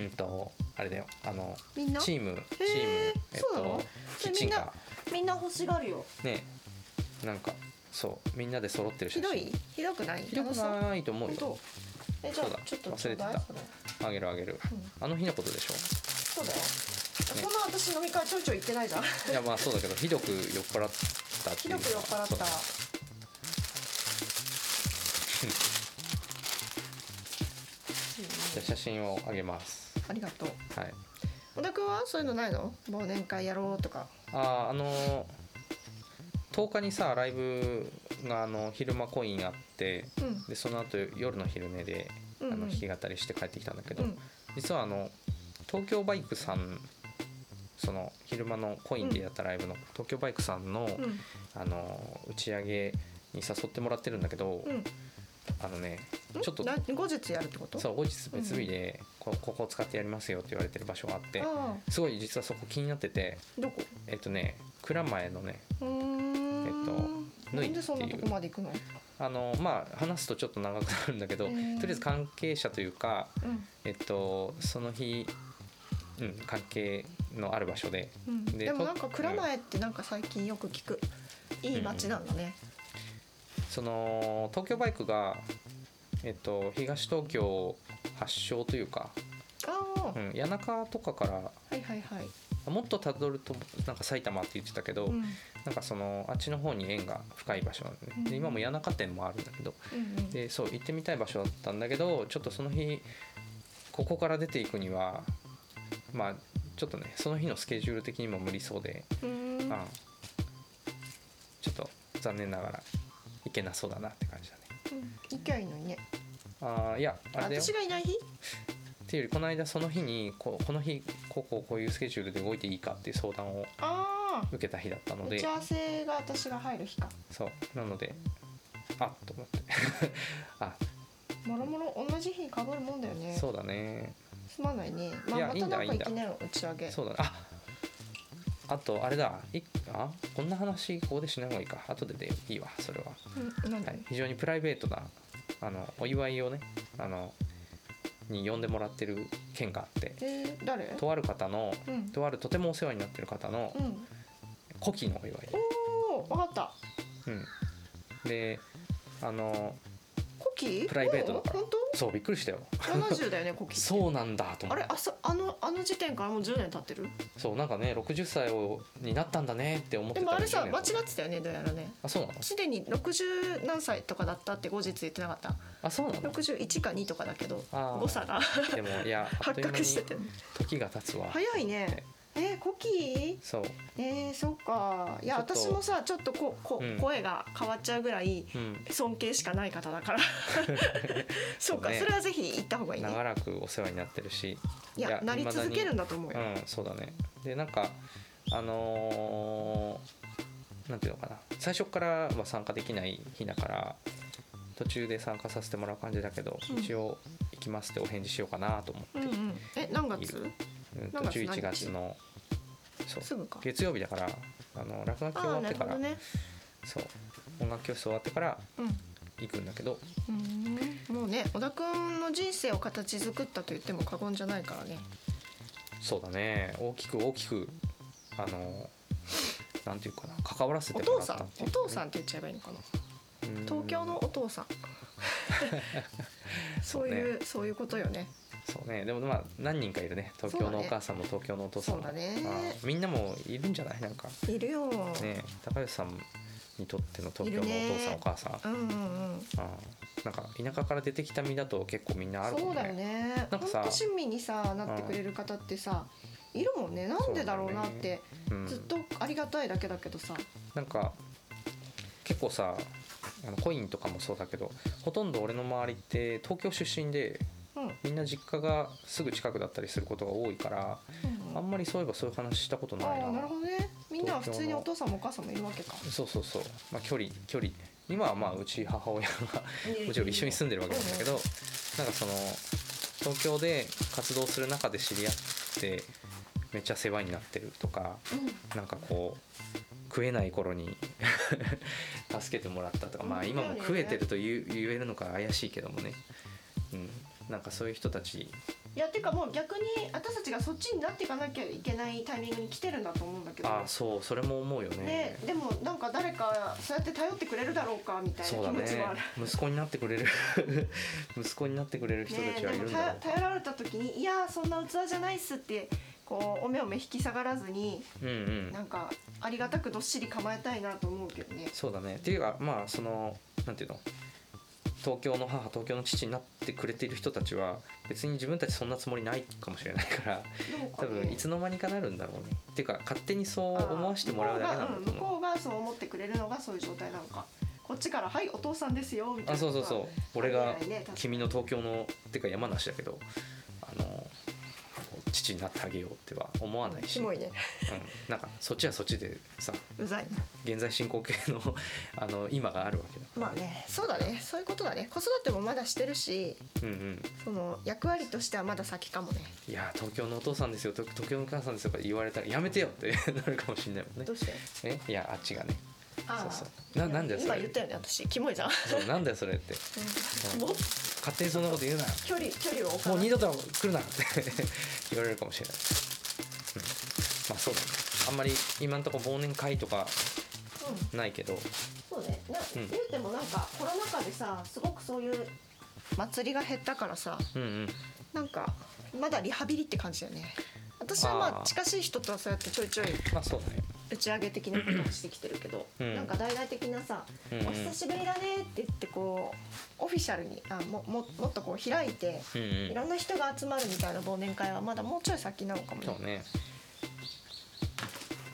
うんとあれだよあのみんなチームチームえっそうなのとキッチンカーみんな欲しがるよねなんかそうみんなで揃ってる写ひ真どいひどくないひどく楽しないと思うそよう本当えじゃそうだあちょっと忘れてたちょうだいそれあげるあげるうんあの日のことでしそうだよそんな私飲み会ちょいちょい行ってないじゃんょいやまあそうだけどひどく酔っ払ったってひいうどのはく酔っ払そっうだたねじゃ あ写真をあげますありがとうはい小田君はそういうのないの忘年会やろうとかあーあのー、10日にさライブがあの昼間コインあってうんでその後夜の昼寝であうんうのん弾き語りして帰ってきたんだけど、うん実はあの東京バイクさんその昼間のコインでやったライブの東京バイクさんの,、うんあの打ち上げに誘ってもらってるんだけど、うんあのねんちょっとな後日やるってことそう後日別日でこここを使ってやりますよって言われてる場所があってあすごい実はそこ気になっててあどこえっとね蔵前のねうーんえっと縫いっていなうんでそんなとこまで行くのあのまあ話すとちょっと長くなるんだけど、へーとりあえず関係者というかうんえっとその日、うん、関係のある場所でうんででもとなんか蔵前ってなんか最近よく聞くいい街なんだねその東京バイクが、えっと、東東京発祥というか、ああうはん、谷中とかからいはいはいもっとたどるとなんか埼玉って言ってたけど、うんうんなんかそのあっちの方に縁が深い場所なんで,、うんで今も谷中店もあるんだけどうんでそう行ってみたい場所だったんだけどちょっとその日ここから出ていくにはまあちょっとねその日のスケジュール的にも無理そうで、うーんあちょっと残念ながら行けなそうだなって感じだね。うん行きゃいいのにねあーいやあれだよ私がいない日っていうよりこの間その日にここの日こうこうこういうスケジュールで動いていいかっていう相談をああ受けた日だったの打でち合わせが私が入る日かそうなのであっと思ってあもろもろ同じ日にかぶるもんだよねそうだねすまないねまいやあいいまたんだなんかいいんだいきなり打ち上げそうだねああとあれだいあこんな話ここでしない方がいいか後ででいいわそれは、うんなんはだい、非常にプライベートなあのお祝いをねあのに呼んでもらってる件があってえー誰とある方のうんとあるとてもお世話になってる方のうん古希のお祝いでおおわかったうん、であのコキプライベートだから本当そうびっくりしたよ70だよねコ キそうなんだと思あっれてあそあのあの時点からもう10年経ってるそうなんかね60歳をになったんだねって思ってでたもあられさ10間違年経っってたよねどうやらねあそうなのすでに60何歳とかだったって後日言ってなかったあそう なの61か2とかだけどあー誤差がでもいやあっと発いう間覚にしてて時が経つわ早いねえー、コキそうえー、そっかいやちょっと私もさちょっとここ、うん声が変わっちゃうぐらいうん尊敬しかない方 だからそうそうかねそれはぜひ行った方がいいね長らくお世話になってるしいやなり続けるんだと思う未よ、だにうんそうだねでなんかあのーなんていうのかな最初からは参加できない日だから途中で参加させてもらう感じだけど、うん一応行きますってお返事しようかなと思ってうんうん、え何月うんと何月何日11月のそうすぐか月曜日だからあの落書き終あわあっなてるかほら、どねそう音楽教室終わってからうん行くんだけどうんもうね小田くんの人生を形作ったと言っても過言じゃないからねそうだね大きく大きくあのなんていうかな関わらせておも父らっさたんっていおう父さんって言っちゃえばいいのかなうん東京のお父さんそういうそういうことよねそうねでもまあ何人かいるね東京のそうだおね母さんも東京のお父さんもそうだねあみんなもいるんじゃないなんかいるよ、ね高吉さんにとっての東京のおいるね父さんお母さんうんうんうんあなんか田舎から出てきた身だと結構みんなあるそもうんだよねねなんかさほんと親身にさなってくれる方ってさいるもんねなんでだろうなっそうだてよ、うんずっとありがたいだけだけどさなんか結構さあのコインとかもそうだけどほとんど俺の周りって東京出身でうん、うんみんな実家がすぐ近くだったりすることが多いからあんまりそういえばそういう話したことあないなあなるほどねみんなは普通にお父さんもお母さんもいるわけかそうそうそう、まあ、距離距離今はまあうち母親がもちろん一緒に住んでるわけなんだけどなんかその東京で活動する中で知り合ってめっちゃ世話になってるとかなんかこう食えない頃に 助けてもらったとかまあ今も食えてると言う言えるのか怪しいけどもね、うん、なんかそういう人たちいやてかもう逆に私たちがそっちになっていかなきゃいけないタイミングに来てるんだと思うんだけどああそうそれも思うよねね、でもなんか誰かそうやって頼ってくれるだろうかみたいそうなだ気持ねちはある。息子になってくれる 息子になってくれる人ねたちではいるもんだろたうか頼られた時に「いやーそんな器じゃないっす」ってこうお目お目引き下がらずにうんうんなんかありがたくどっしり構えたいなと思うけどね。そうだねっていうかまあそのなんていうの東京の母東京の父になってくれている人たちは別に自分たちそんなつもりないかもしれない からどう多かね分いつの間にかなるんだろうねっていうか勝手にそうあー思わせてもらうだけなんだと向こ思ううがうん向こうがそう思ってくれるのがそういう状態なのかこっちから「はいお父さんですよ」みたいなあそうそうそう俺がはいね確かに君の東京のっていうか山梨だけどあの父になってあげようっては思わないし、キうんモいねなんかそっちはそっちでさうざい現在進行形の あの今があるわけだからまあねそうだねそういうことだね子育てもまだしてるしうんうんその役割としてはまだ先かもねいやー東京のお父さんですよと東京のお母さんですよとか言われたらやめてよって なるかもしれないもんねどうしてえいやあっちがねあそうあそうななんだよそ今れ言ったよね私キモいじゃん、そうなんだよそれってうんもっと勝手にそんなこと言うな距離距離を置かもうない二度と来るなって 言われるかもしれない、うん、まあそうだねあんまり今んとこ忘年会とかうんないけどそうねな、うん言うてもなんかコロナ禍でさすごくそういう祭りが減ったからさうんうんなんかまだリハビリって感じだよね私はまああー近しい人とはそうやってちょいちょいまあそうだね打ち上げ的なことをしてきてるけど、うんなんか大々的なさ、うんうんお久しぶりだね」って言ってこうオフィシャルにあもももっとこう開いてうんいうろんな人が集まるみたいな忘年会はまだもうちょい先なのかもんね。そうね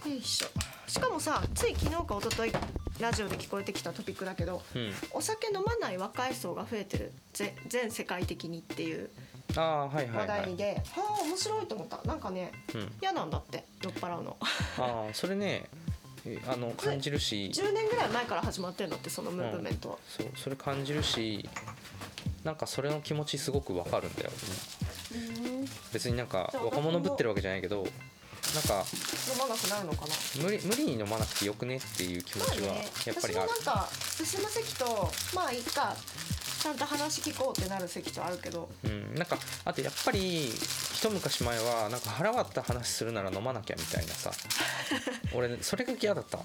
よいしょしかもさつい昨日か一昨日ラジオで聞こえてきたトピックだけどうんお酒飲まない若い層が増えてるぜ全世界的にっていうああはいはい話は題い、で、はあ面白いと思ったなんかねうん、嫌なんだって酔っ払うのああそれねえあの感じるし10年ぐらい前から始まってんだってそのムーブメントは、そうそれ感じるしなんかそれの気持ちすごくわかるんだようん飲別になんかじゃあ若者ぶってるわけじゃないけどなんかまなくなるのかな無理無理に飲まなくてよくねっていう気持ちはやっぱりあ私もるなんか進む席とまあいいかちゃんと話聞こうってなる席とあるけどうん、なんかあとやっぱり一昔前はなんか腹割った話するなら飲まなきゃみたいな さ俺ねそれが嫌だったあ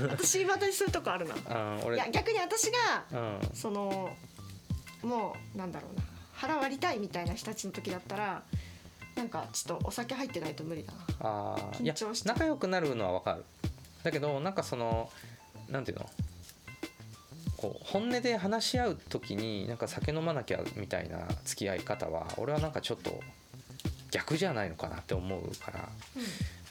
あ私またにするとこあるなあー俺いや逆に私がうんそのもうなんだろうな腹割りたいみたいな人たちの時だったらなんかちょっとお酒入ってないと無理だなあーいや緊張しちゃう仲良くなるのはわかるだけどなんかそのなんていうのこう本音で話し合う時になんか酒飲まなきゃみたいな付き合い方は俺はなんかちょっと逆じゃないのかなって思うから、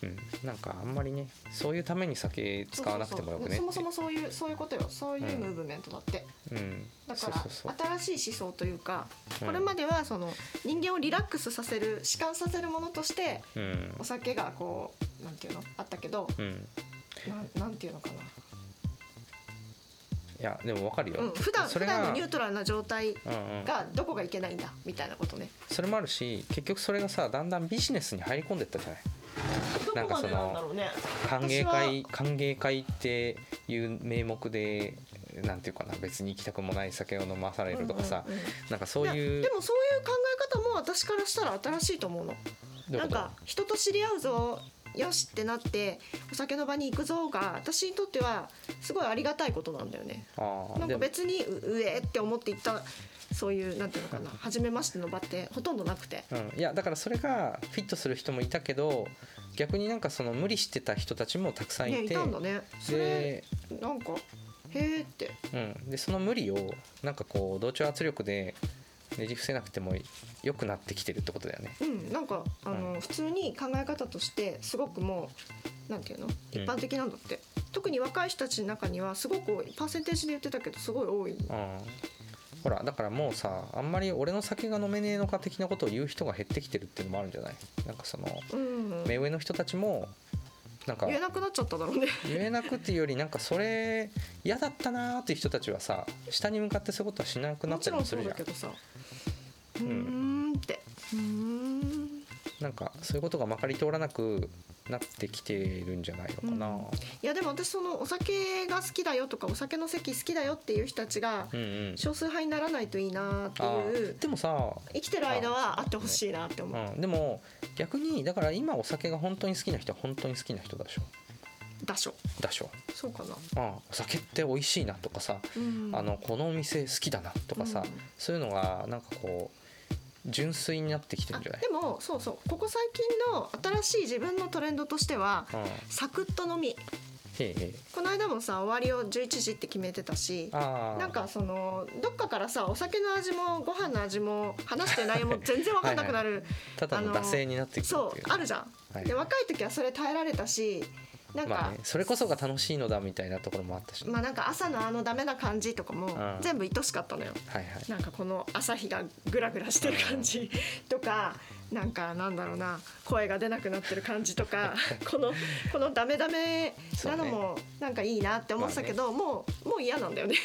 うん、なんかあんまりねそういうために酒使わなくてもよくねそうそうそうそもそもそういうそういうことよそういうムーブメントだって、うんだそかうらそうそう新しい思想というかうんこれまではその人間をリラックスさせる弛緩させるものとしてうんお酒がこうなんていうのあったけどうんなんなんていうのかいやでもわかるよ、な、うん、普段そ普れが段のニュートラルな状態うんうん、がどこがいけないんだみたいなことねそれもあるし結局それがさだんだんビジネスに入り込んでったじゃないどこまでなんだろうね歓迎私会歓迎会っていう名目でなんていうかな別に行きたくもない酒を飲まされるとかさ、うんうんうんなんかそういいうやでもそういう考え方も私からしたら新しいと思うのどういうなこんとか人と知り合うぞよしってなってお酒の場に行くぞが私にとってはすごいありがたいことなんだよねああなんでかも別にう上って思って行ったそういうなんていうのかな初めましての場ってほとんどなくてうん、いやだからそれがフィットする人もいたけど逆になんかその無理してた人たちもたくさんいねいて、たんだねそれで,、なんかへえってうん、でその無理をなんかこう同調圧力でねじ伏せなくても良くなってきてるってことだよね。うんなんかあの、普通に考え方としてすごくもうなんていうの一般的なんだって、特に若い人たちの中にはすごく多いパーセンテージで言ってたけどすごい多いうんほらだからもうさあんまり俺の酒が飲めねえのか的なことを言う人が減ってきてるっていうのもあるんじゃないなんかそのうん目上の人たちもなんか言えなくなっちゃっただろうね言えなくっていうよりなんかそれ嫌だったなーっていう人たちはさ下に向かってそういうことはしなくなもったちりろもんすそるうじゃだんけどさうーんってうーんなんかそういうことがまかり通らなくなってきてるんじゃないのかな、うんいやでも私そのお酒が好きだよとかお酒の席好きだよっていう人たちがうんうん少数派にならないといいなってあいうーでもさ、生きてる間はあってほしいなって思ううん、でも逆にだから今お酒が本当に好きな人は本当に好きな人だしょだしょだしょそうかなうん、お酒って美味しいなとかさ、うんあのこのお店好きだなとかさ、うんそういうのがなんかこう純粋になってきてるあんじゃないでもそうそうここ最近の新しい自分のトレンドとしてはうん、へサクッと飲みえへえこの間もさ終わりを11時って決めてたしああなんかそのどっかからさお酒の味もご飯の味も話してる内容 も全然わかんなくなるただのあの惰性になってきてるっそていううあるじゃん、はいで若い時はそれ耐えられたしなんか、まあね、それこそが楽しいのだみたいなところもあったし、まあなんか朝のあのダメな感じとかもん全部愛しかったのよ。はいはいなんかこの朝日がグラグラしてる感じとかなんかなんだろうな声が出なくなってる感じと かこのこのダメダメなのもなんかいいなって思ってたけど、もうもう嫌な んだよね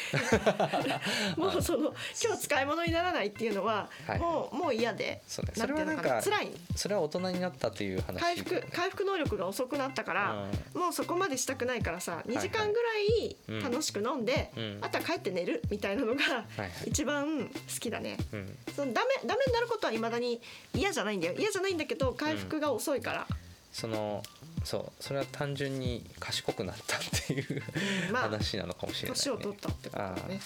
もうその今日使い物にならないっていうのは、はいもうもう嫌でそうねなそんてれはないうのんかかな辛いそれは大人になったという話回だ復よね回復能力が遅くなったから、もうそこまでしたくないからさい2時間ぐらうんい楽しく飲んで、うんあとは帰って寝るみたいなのがはい一番好きだね。うんうん、そのダメダメになることは未だに嫌じゃないんだよ嫌じゃないんだけど回復が遅いから、そのそうそれは単純に賢くなったっていう、まあ話なのかもしれない、ね、年を取ったってことだね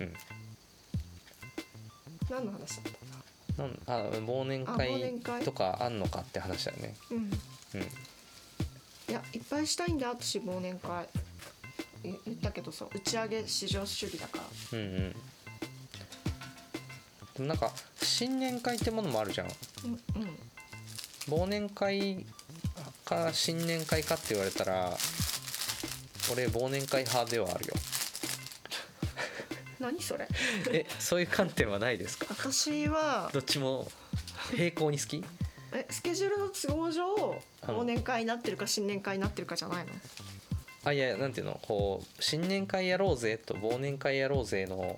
うん何の話だったかななんあ忘年あ忘年会会とかあんのかって話だよね。うんうん、いやいっぱいしたいんだ私忘年会え言ったけどさ打ち上げ至上主義だからうん、うん。でもなんか新年会ってものもあるじゃん。うんうん忘年会か新年会かって言われたら、俺忘年会派ではあるよ。何それ え、そういう観点はないですか。私はどっちも平行に好き？えスケジュールの都合上あの忘年会になってるか新年会になってるかじゃないのあいやなんていうのこう新年会やろうぜと忘年会やろうぜの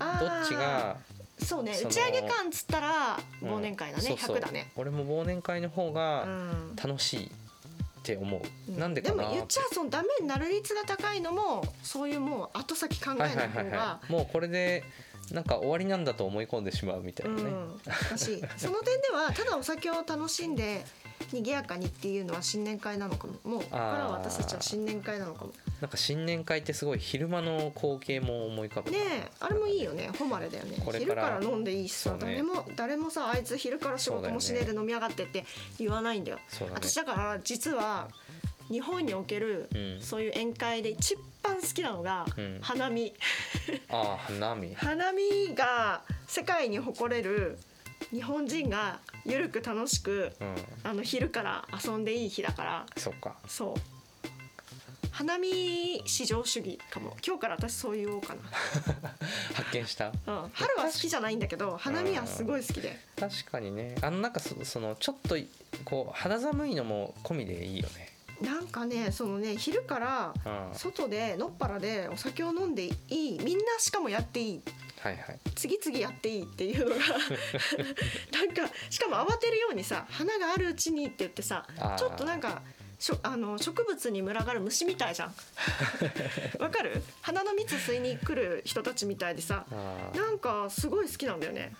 あどーっちがそうねその打ち上げ感っつったらうん忘年会だね、そうそう100だね俺も忘年会の方が、うん楽しいって思う、うんなんでかなも言っちゃうそのダメになる率が高いのもそういうもう後先考えなはいいはい方はいがはいもうこれでなんか終わりなんだと思い込んでしまうみたいうなね、んだしその点ではただお酒を楽しんで賑やかにっていうのは新年会なのかももうここからは私たちは新年会なのかもなんか新年会ってすごい昼間の光景も思い浮かぶねえあれもいいよね誉れだよねこれか昼らから飲んでいいしさ、そうね誰も誰もさあいつ昼から仕事もしねえで飲みやがってって言わないんだよそうだね私だから実は日本におけるうんそういう宴会で一番好きなのがうん花見、 ああ花見花見が世界に誇れる日本人がゆるく楽しくうんあの昼から遊んでいい日だからそっかそう花見至上主義かも今日から私そう言おうか発見したな、うん、春は好きじゃないんだけど花見はすごい好きで確かにねあのなんかそそのちょっとこう肌寒いのも込みでいいよねなんかねそのね昼からうん外でのっぱらでお酒を飲んでいいみんなしかもやっていいはいはい次々やっていいっ ていうのがなんかしかも慌てるようにさ花があるうちにって言ってさあーちょっとなんかしょあの植物に群がる虫みた いじゃんわかる花の蜜吸いに来る人たちみたいでさあなんかすごい好きなんだよね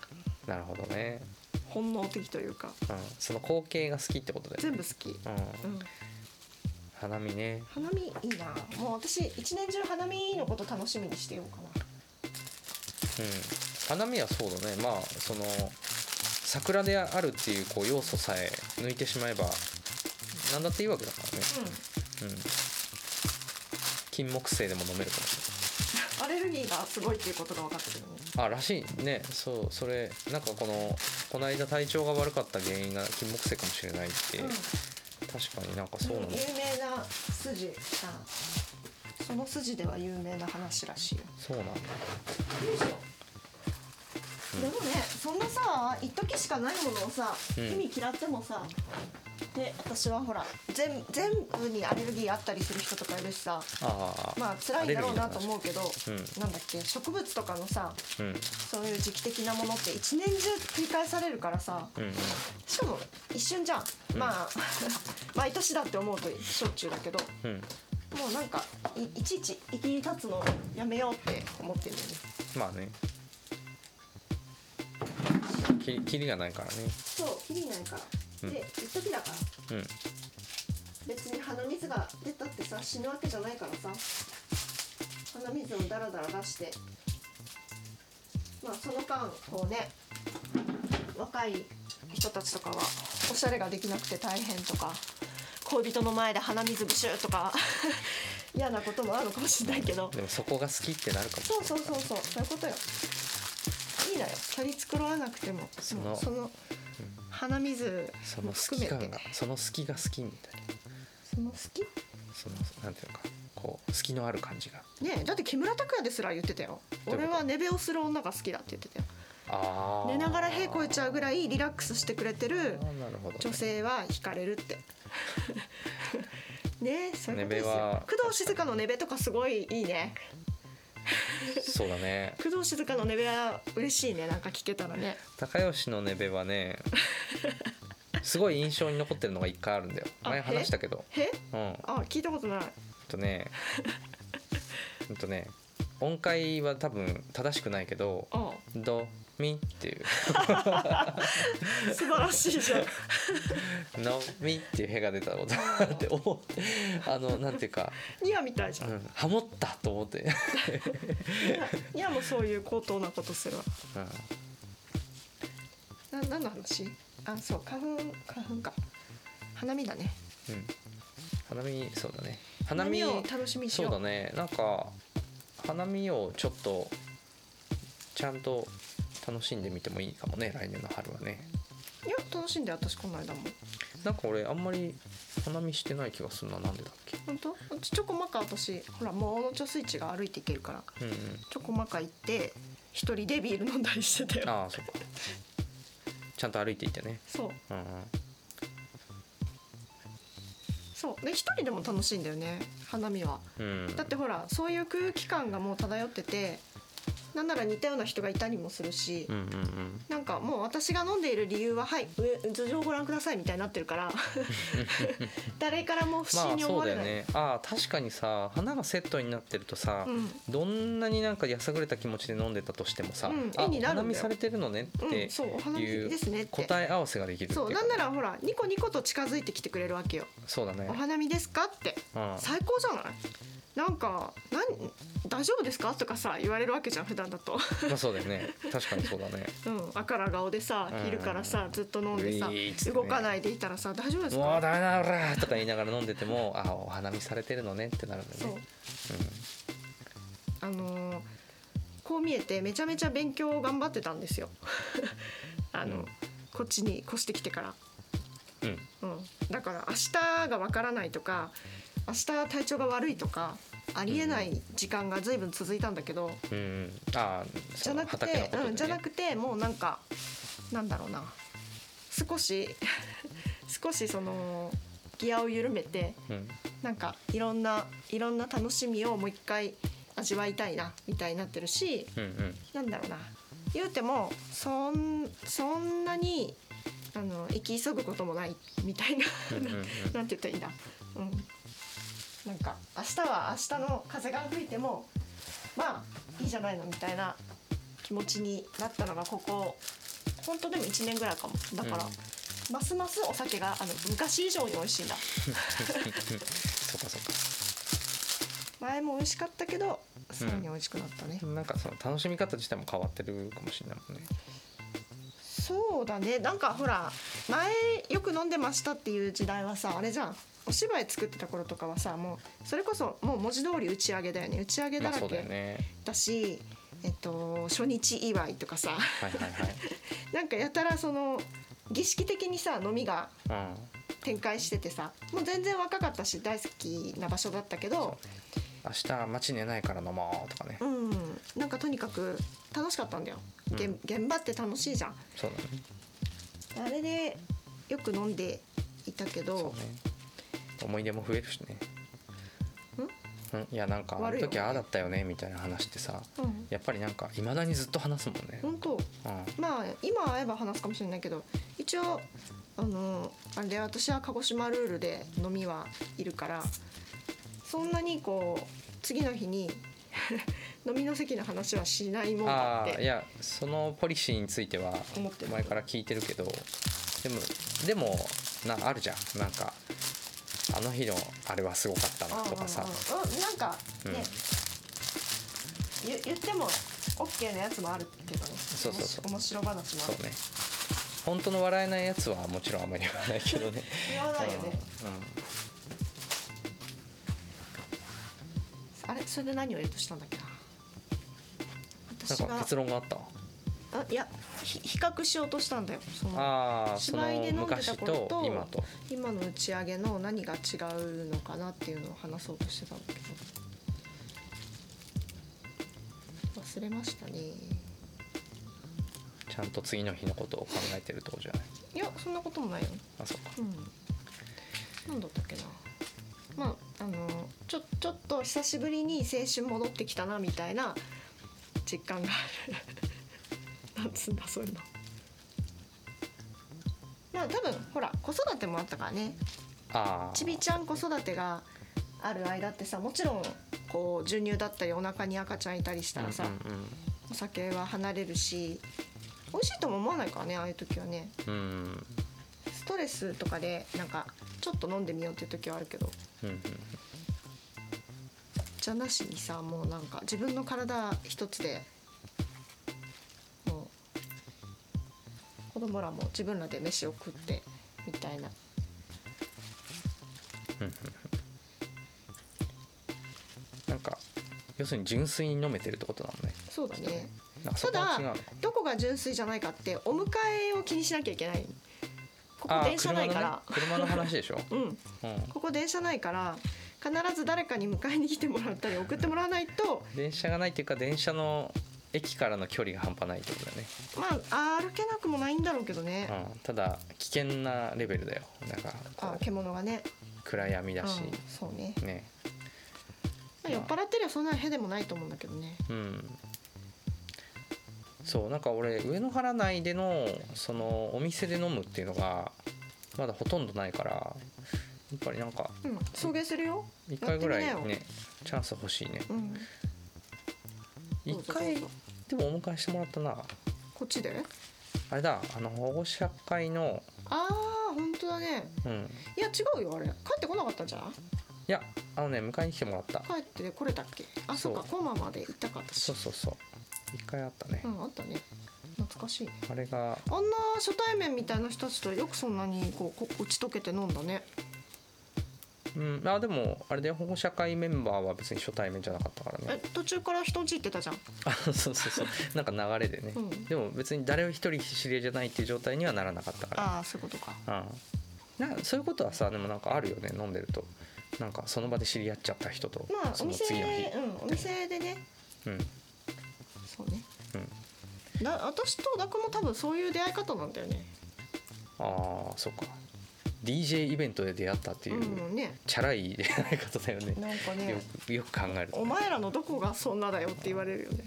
ーなるほどね、本能的というかうん、その光景が好きってことだよ全ね、部好き、うん、うん、花見ね花見いいなもう私一年中花見のこと楽しみにしてようかなうん花見はそうだねまあその桜であるっていうこう要素さえ抜いてしまえば何だっていいわけだからね、うんうん、金木犀でも飲めるかもしれないアレルギーがすごいっていうことが分かったけどねあらしいねそうそれなんかこのこの間体調が悪かった原因が金木犀かもしれないって、うん確かになんかそうなの、有名な筋さその筋では有名な話らしいよそうなんだでもねそんなさ一時しかないものをさうん意味嫌ってもさ、で私はほら全全部にアレルギーあったりする人とかいるしさああまあ辛いんだろうなと思ううけど、うんなんだっけ植物とかのさうんそういう時期的なものって一年中繰り返されるからさうんうんしかも一瞬じゃん、まあ 毎年だって思うとしょっちゅうだけどうんもうなんかいいちいち生きに立つのやめようって思ってるよねまあねきりきりがないからねそうきりないから、うんで一時だからうん別に鼻水が出たってさ死ぬわけじゃないからさ鼻水をダラダラ出してまあその間こうね若い人たちとかはおしゃれができなくて大変とか恋人の前で鼻水ブシューとか 嫌なこともあるのかもしれないけどでもそこが好きってなるかもそうそうそうそうそういうことよいいのよキャリ繕わなくてもそものうその鼻水そのも好含きめ感てがその好きが好きみたいなその好きそのなんていうのかこう好きのある感じがねえだって木村拓哉ですら言ってたよどういうこ俺とは寝べをする女が好きだって言ってたよああ寝ながらへこいちゃうぐらいらいリラックスしてくれてるなるほど、ね、女性は惹かれるって ねえそういうこ寝とでべすよは工藤静香の寝べとかすごいいいねそうだね工藤静香の寝べは嬉しいねなんか聞けたらね高吉のねべはね すごい印象に残ってるのが一回あるんだよあ前え話したけどへうんえあ聞いたことなっいとねうんとね音階は多分正しくないけどあ「ドミ」っていう素晴らしいじゃ「んのみ」っていうへが出たことがあっておおあのなんていうか、ニアみたいじゃ、うんん、ハモったと思って、ニアニアもそういう高等なことするわうん、な何の話あそう花粉花粉か花見だねうん、花見そうだね花花見見を楽しみにしそよううだねなんか花見をちょっとちゃんと楽しんでみてもいいかもね来年の春はねいや楽しんで私この間もなんか俺あんまり花見してない気がするななんでだっけ本当うちちょこまか私ほらもうのちょスイッチが歩いていけるからうんうんちょこまか行って一人でビール飲んだりしてたよああそっかちゃんと歩いていってねそううんうんそうで一人でも楽しいんだよね花見はうんだってほらそういう空気感がもう漂っててなんなら似たような人がいたりもするし、うんうんうんなんかもう私が飲んでいる理由は「はい上頭上をご覧ください」みたいになってるから 誰からも不ま審あに思そうわだれよない、ねああ確かにさ花がセットになってるとさ、うんどんなになんかやさぐれた気持ちで飲んでたとしてもさ、うんあ絵になるんだよお花見されてるのねっうてん、そうお話いうですねって答え合わせができるっていそううかなんならほらニコニコと近づいてきてくれるわけよそうだ「ねお花見ですか?」ってうん最高じゃないなんか何「大丈夫ですか?」とかさ言われるわけじゃん普段だと まあそうだよね確かにそうだねうんあから顔でさうん昼からさずっと飲んでさ、ういーっつってね動かないでいたらさ「大丈夫ですもか?うダメだろらとか言いながら飲んでてもあお花見されてるのねってなるんだ」そようねあのーこう見えてめちゃめちゃ勉強を頑張ってたんですよ あの、うんこっちに越してきてから、うん、うん、うん、だから明日がわからないとか明日体調が悪いとかありえない時間が随分続いたんだけど、うんうんああじゃなくて、うん、じゃなくてもうなんかなんだろうな少し 少しそのギアを緩めてうんなんかいろんないろんな楽しみをもう一回味わいたいなみたいになってるしうんうんなんだろうな言うてもそんそんなにあの行き急ぐこともないみたいなうん うんうんなんて言ったらいいんだ、うん、なんか明日は明日の風が吹いてもまあいいじゃないのみたいな気持ちになったのがここ本当でも1年ぐらいかもだから、うんますますお酒があの昔以上に美味しいんだそっかそっか前も美味しかったけどさらに美味しくなったね、でもなんかその楽しみ方自体も変わってるかもしれないもんねそうだねなんかほら前よく飲んでましたっていう時代はさあれじゃんお芝居作ってた頃とかはさもうそれこそもう文字通り打ち上げだよね打ち上げだまあらそうだよけねだし、えっと、初日祝いとかさ はいはいなんかやたらその儀式的にさ飲みが はいうん展開しててさもう全然若かったし大好きな場所だったけど明日街寝ないから飲もうとかねうんなんかとにかく楽しかったんだよ、げうんん現場って楽しいじゃんそうだねあれでよく飲んでいたそけうどね思い出も増えるしねうんいやなんかあの悪いよ時ああだったよねみたいな話ってさうんやっぱりなんかいまだにずっと話すもんね本当うんまあ今会えば話すかもしれないけど一応あのあれで私は鹿児島ルールで飲みはいるからそんなにこう次の日に 飲みの席の話はしないもんだあっあいてやそのポリシーについては思ってる前から聞いてるけどでもでもなあるじゃんなんかあの日のあれはすごかったあなとかさあうんなんかうんね、ゆ言っても OK なやつもあるけどねそうそうそう面白話もあそるうね本当の笑えないやつはもちろんあんまり言わないけ どね言わないよねうあれそれで何を言おうとしたんだっけな私ん、なんかが結論があったあいやひ比較しようとしたんだよそのああその芝居で飲んでた昔頃とと今と今の打ち上げの何が違うのかなっていうのを話そうとしてたんだけど忘れましたねちゃんと次の日のことを考えてるってことじゃないいやそんなこともないよあそうかうん何だったっけなまああのちょちょっと久しぶりに青春戻ってきたなみたいな実感があるなんつうんだそういうのまあ多分ほら子育てもあったからねああちびちゃん子育てがある間ってさもちろんこう授乳だったりお腹に赤ちゃんいたりしたらさ、うお酒は離れるし美味しいとも思わないからねああいう時はねんうんうんうんストレスとかでなんかちょっと飲んでみようっていう時はあるけどうんうんじゃなしにさもうなんか自分の体一つでもう子供らも自分らで飯を食ってみたいななんか要するに純粋に飲めてるってことなのねそうだねなんかそたこはだ違うのかどこが純粋じゃないかってお迎えを気にしなきゃいけないここあー電車ないから、車の,、ね、車の話でしょ、うんうん、ここ電車ないから必ず誰かに迎えに来てもらったり送ってもらわないと電車がないっていうか電車の駅からの距離が半端ないってことだね、まあ歩けなくもないんだろうけどね、うん、ただ危険なレベルだよなんかあこう獣がね、暗闇うんだし、、そうね、ねまあ酔っ払ってりゃそんなへでもないと思うんだけどねうんそうなんか俺上野原内でのそのお店で飲むっていうのがまだほとんどないからやっぱりなんかうん送迎するよ一回ぐらいやってみなねチャンス欲しいねうんどう一ぞ回どでうぞもお迎えしてもらったなこっちであれだあの保護者会のああ本当だねうんいや違うよあれ帰ってこなかったんじゃんいやあのね迎えに来てもらった帰ってこれたっけあそそううかコマまで行ったかったしそうそうそう一回あったね、うんあったね懐かしいねあれがあんな初対面みたいな人たちとよくそんなにこうこ打ち解けて飲んだねうんあでもあれで保護者会メンバーは別に初対面じゃなかったからえね途中から人んち行ってたじゃんあそうそう そうなんか流れでね、うんでも別に誰を一人知り合いじゃないっていう状態にはならなかったかああそういうことからうんなそういうことはさでもなんかあるよね飲んでるとなんかその場で知り合っちゃった人と、まあそおの店次の日うんお店でねうんそうねうんだ私と小田君も多分そういう出会い方なんだよねああそうか DJ イベントで出会ったっていうう、んねチャラい出会い方だよねなんかねよくよく考えるおと前らのどこがそんなだよって言われるよね、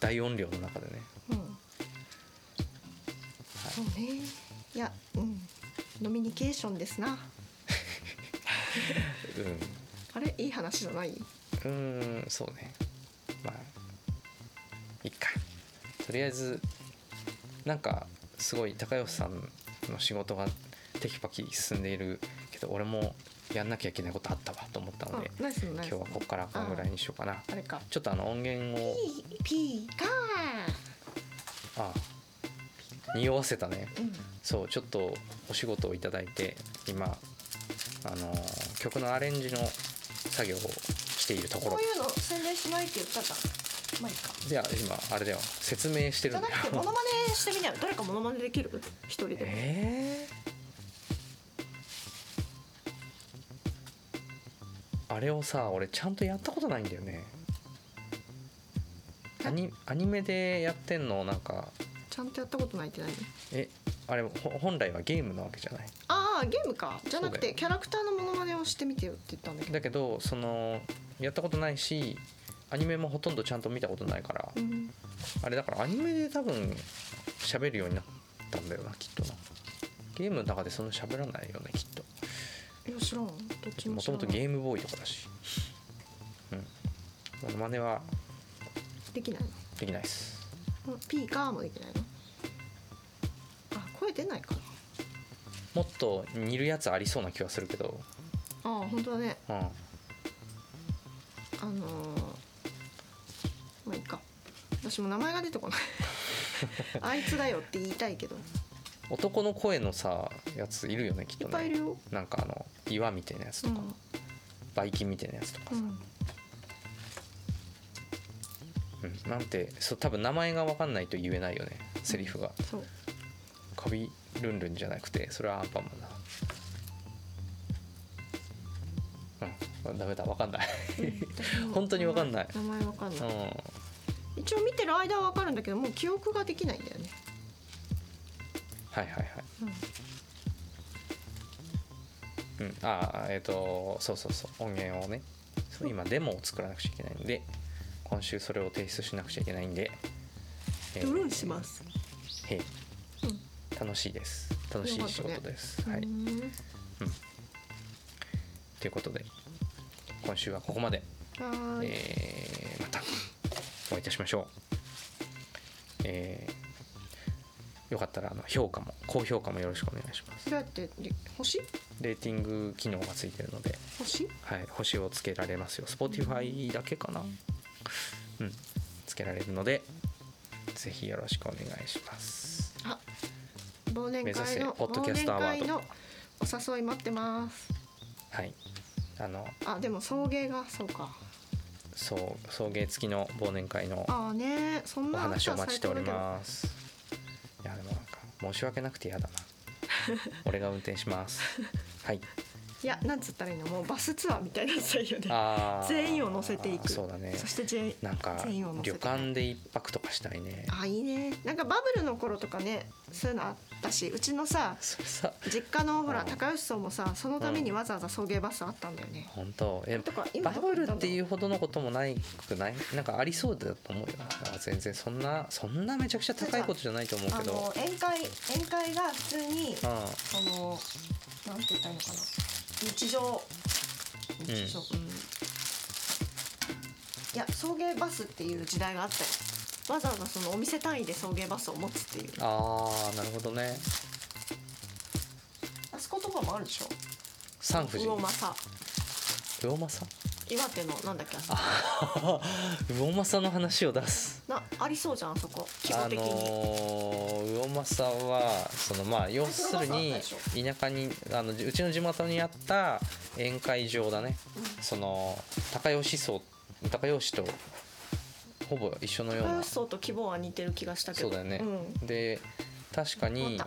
大音量の中でねうんそうねいやうんノミニケーションですなあれいい話じゃないうんうーんそうねまあいっかとりあえずなんかすごい高吉さんの仕事がテキパキ進んでいるけど俺もやんなきゃいけないことあったわと思ったのでナイスのナ今イス日はここからこのぐらいにしようかなあれかちょっとあの音源をピーピーカあ匂わせたねー、うん、そうちょっとお仕事をいただいて今あのー曲のアレンジの作業をしているとこころういうの宣伝しないって言ったじゃんまあいいかじゃあ今あれだよ説明してじるゃんなだくてモノよマネしてみなよ誰かモノマネできる一人でえーあれをさ俺ちゃんとやったことないんだよねアニアニメでやってんのなんかちゃんとやったことないって何えあれほ本来はゲームなわけじゃないああゲームかじゃなそくうだてキャラクターのモノマネをしてみてよって言ったんだけどだけどそのやったことないしアニメもほとんどちゃんと見たことないからうんあれだからアニメで多分喋るようになったんだよなきっとなゲームの中でそんな喋らないよねきっといや知らんどっちもも知とらもんとゲームボーイとかだしうんモノマネはできないのできないですうんピーカーもできないのあ声出ないかなもっと似るやつありそうな気はするけどああ本当だねうんあのー、まあいいか私も名前が出て こないあいつだよって言いたいけど男の声のさやついるよねきっいとっぱいいるねよ、なんかあの岩みたいなやつうとんか、バイキンみたいなやつとかうさ、ん、うん、なんてそう多分名前が分かんないと言えないよねセリフが そうカビルンルンじゃなくてそれはアンパンマンだうんダメだ分かんない本当にわかんない名前わかんうない、ん一応見てる間はわかるんだけどもう記憶ができないんだよね、はいはいはいうん、うん、ああえっ、とそうそうそう音源をねそう今デモを作らなくちゃいけないんで今週それを提出しなくちゃいけないんで、えードルーンします、へいうん楽しいです楽しい仕事です、はいうと、んいうことで今週はここまで、はーいえーまたお会いいたしましょうえーよかったらあの評価も高評価もよろしくお願いしますどうやってり星レーティング機能がついてるので星はい、星をつけられますよ。Spotify だけかな。うん、つけられるので、ぜひよろしくお願いします。あ忘年目指会せのポッドキ忘ャス年トアワー会ドのお誘い待ってますはい、あの、あでも送迎がそうかそう、送迎付きの忘年会のああねそんおな話をお待ちしておりはます。いや、でもなんか、申し訳なくて 嫌だな。俺が運転します。はい、いやなんつったらいいのもうバスツアーみたいなやつだよねあー全員を乗せていくそうだねそ。して全員なんか全員を乗せ旅て館で一泊とかしたいね。あいいねなんかバブルの頃とかねそういうのあったしうちのさそれさ、実家のほうらん高吉荘もさそのためにわざわざ送迎バスあったんだよね本当えとかバ今ブルっていうほどのこともないくないなんかありそうだと思うよなんか全然そんなそんなめちゃくちゃ高いことじゃないと思うあけどの宴会宴会が普通にうんそのなんて言ったらいいのかな日常日常、うんいや送迎バスっていう時代があったよわざわざそのお店単位で送迎バスを持つっていうあーなるほどねあそことかもあるでしょ三富士魚政魚政岩手のなんだっけあ魚政の話を出すなありそうじゃんあそこ規模あ的に、のー、魚政はそのまあ要するに田舎にあのうちの地元にあった宴会場だねその高吉荘高吉とほぼ一緒のよう豊な洲層と規模は似てる気がしたけどそうだよねんで確かに思っ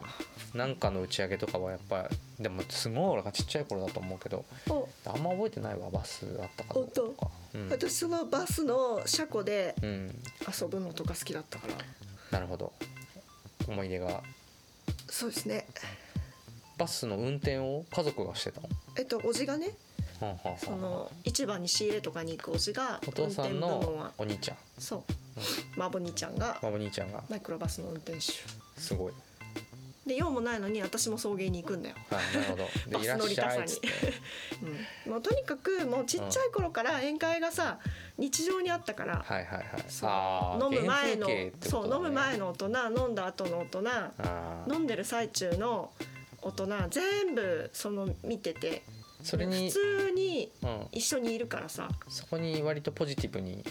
なんかの打ち上げとかはやっぱでもすごい俺がちっちゃい頃だと思うけどたおあんま覚えてないわバスあったかどうかとか、うん私そのバスの車庫でうん、遊ぶのとか好きだったからなるほど思い出がそうですねバスの運転を家族がしてたの、えっとおじがねはんはんはんその市場に仕入れとかに行くおじがお父さん運転部門はのお兄ちゃん、そう孫にちゃんがまあ、お兄ちゃんがマイクロバスの運転手すごいで用もないのに私も送迎に行くんだよ、はいなるほどバでいスらっ乗りしたゃさいにっつってうん、もうとにかくもうちっちゃい頃から宴会がさ日常にあったから、はいはいはいそうあー飲む前原の、風景ってこそとうだ飲む前ねの大人飲んだ後の大人あー飲んでる最中の大人全部その見ててそれ普に、通にうん、一緒にいるからさそこに割とポジティブに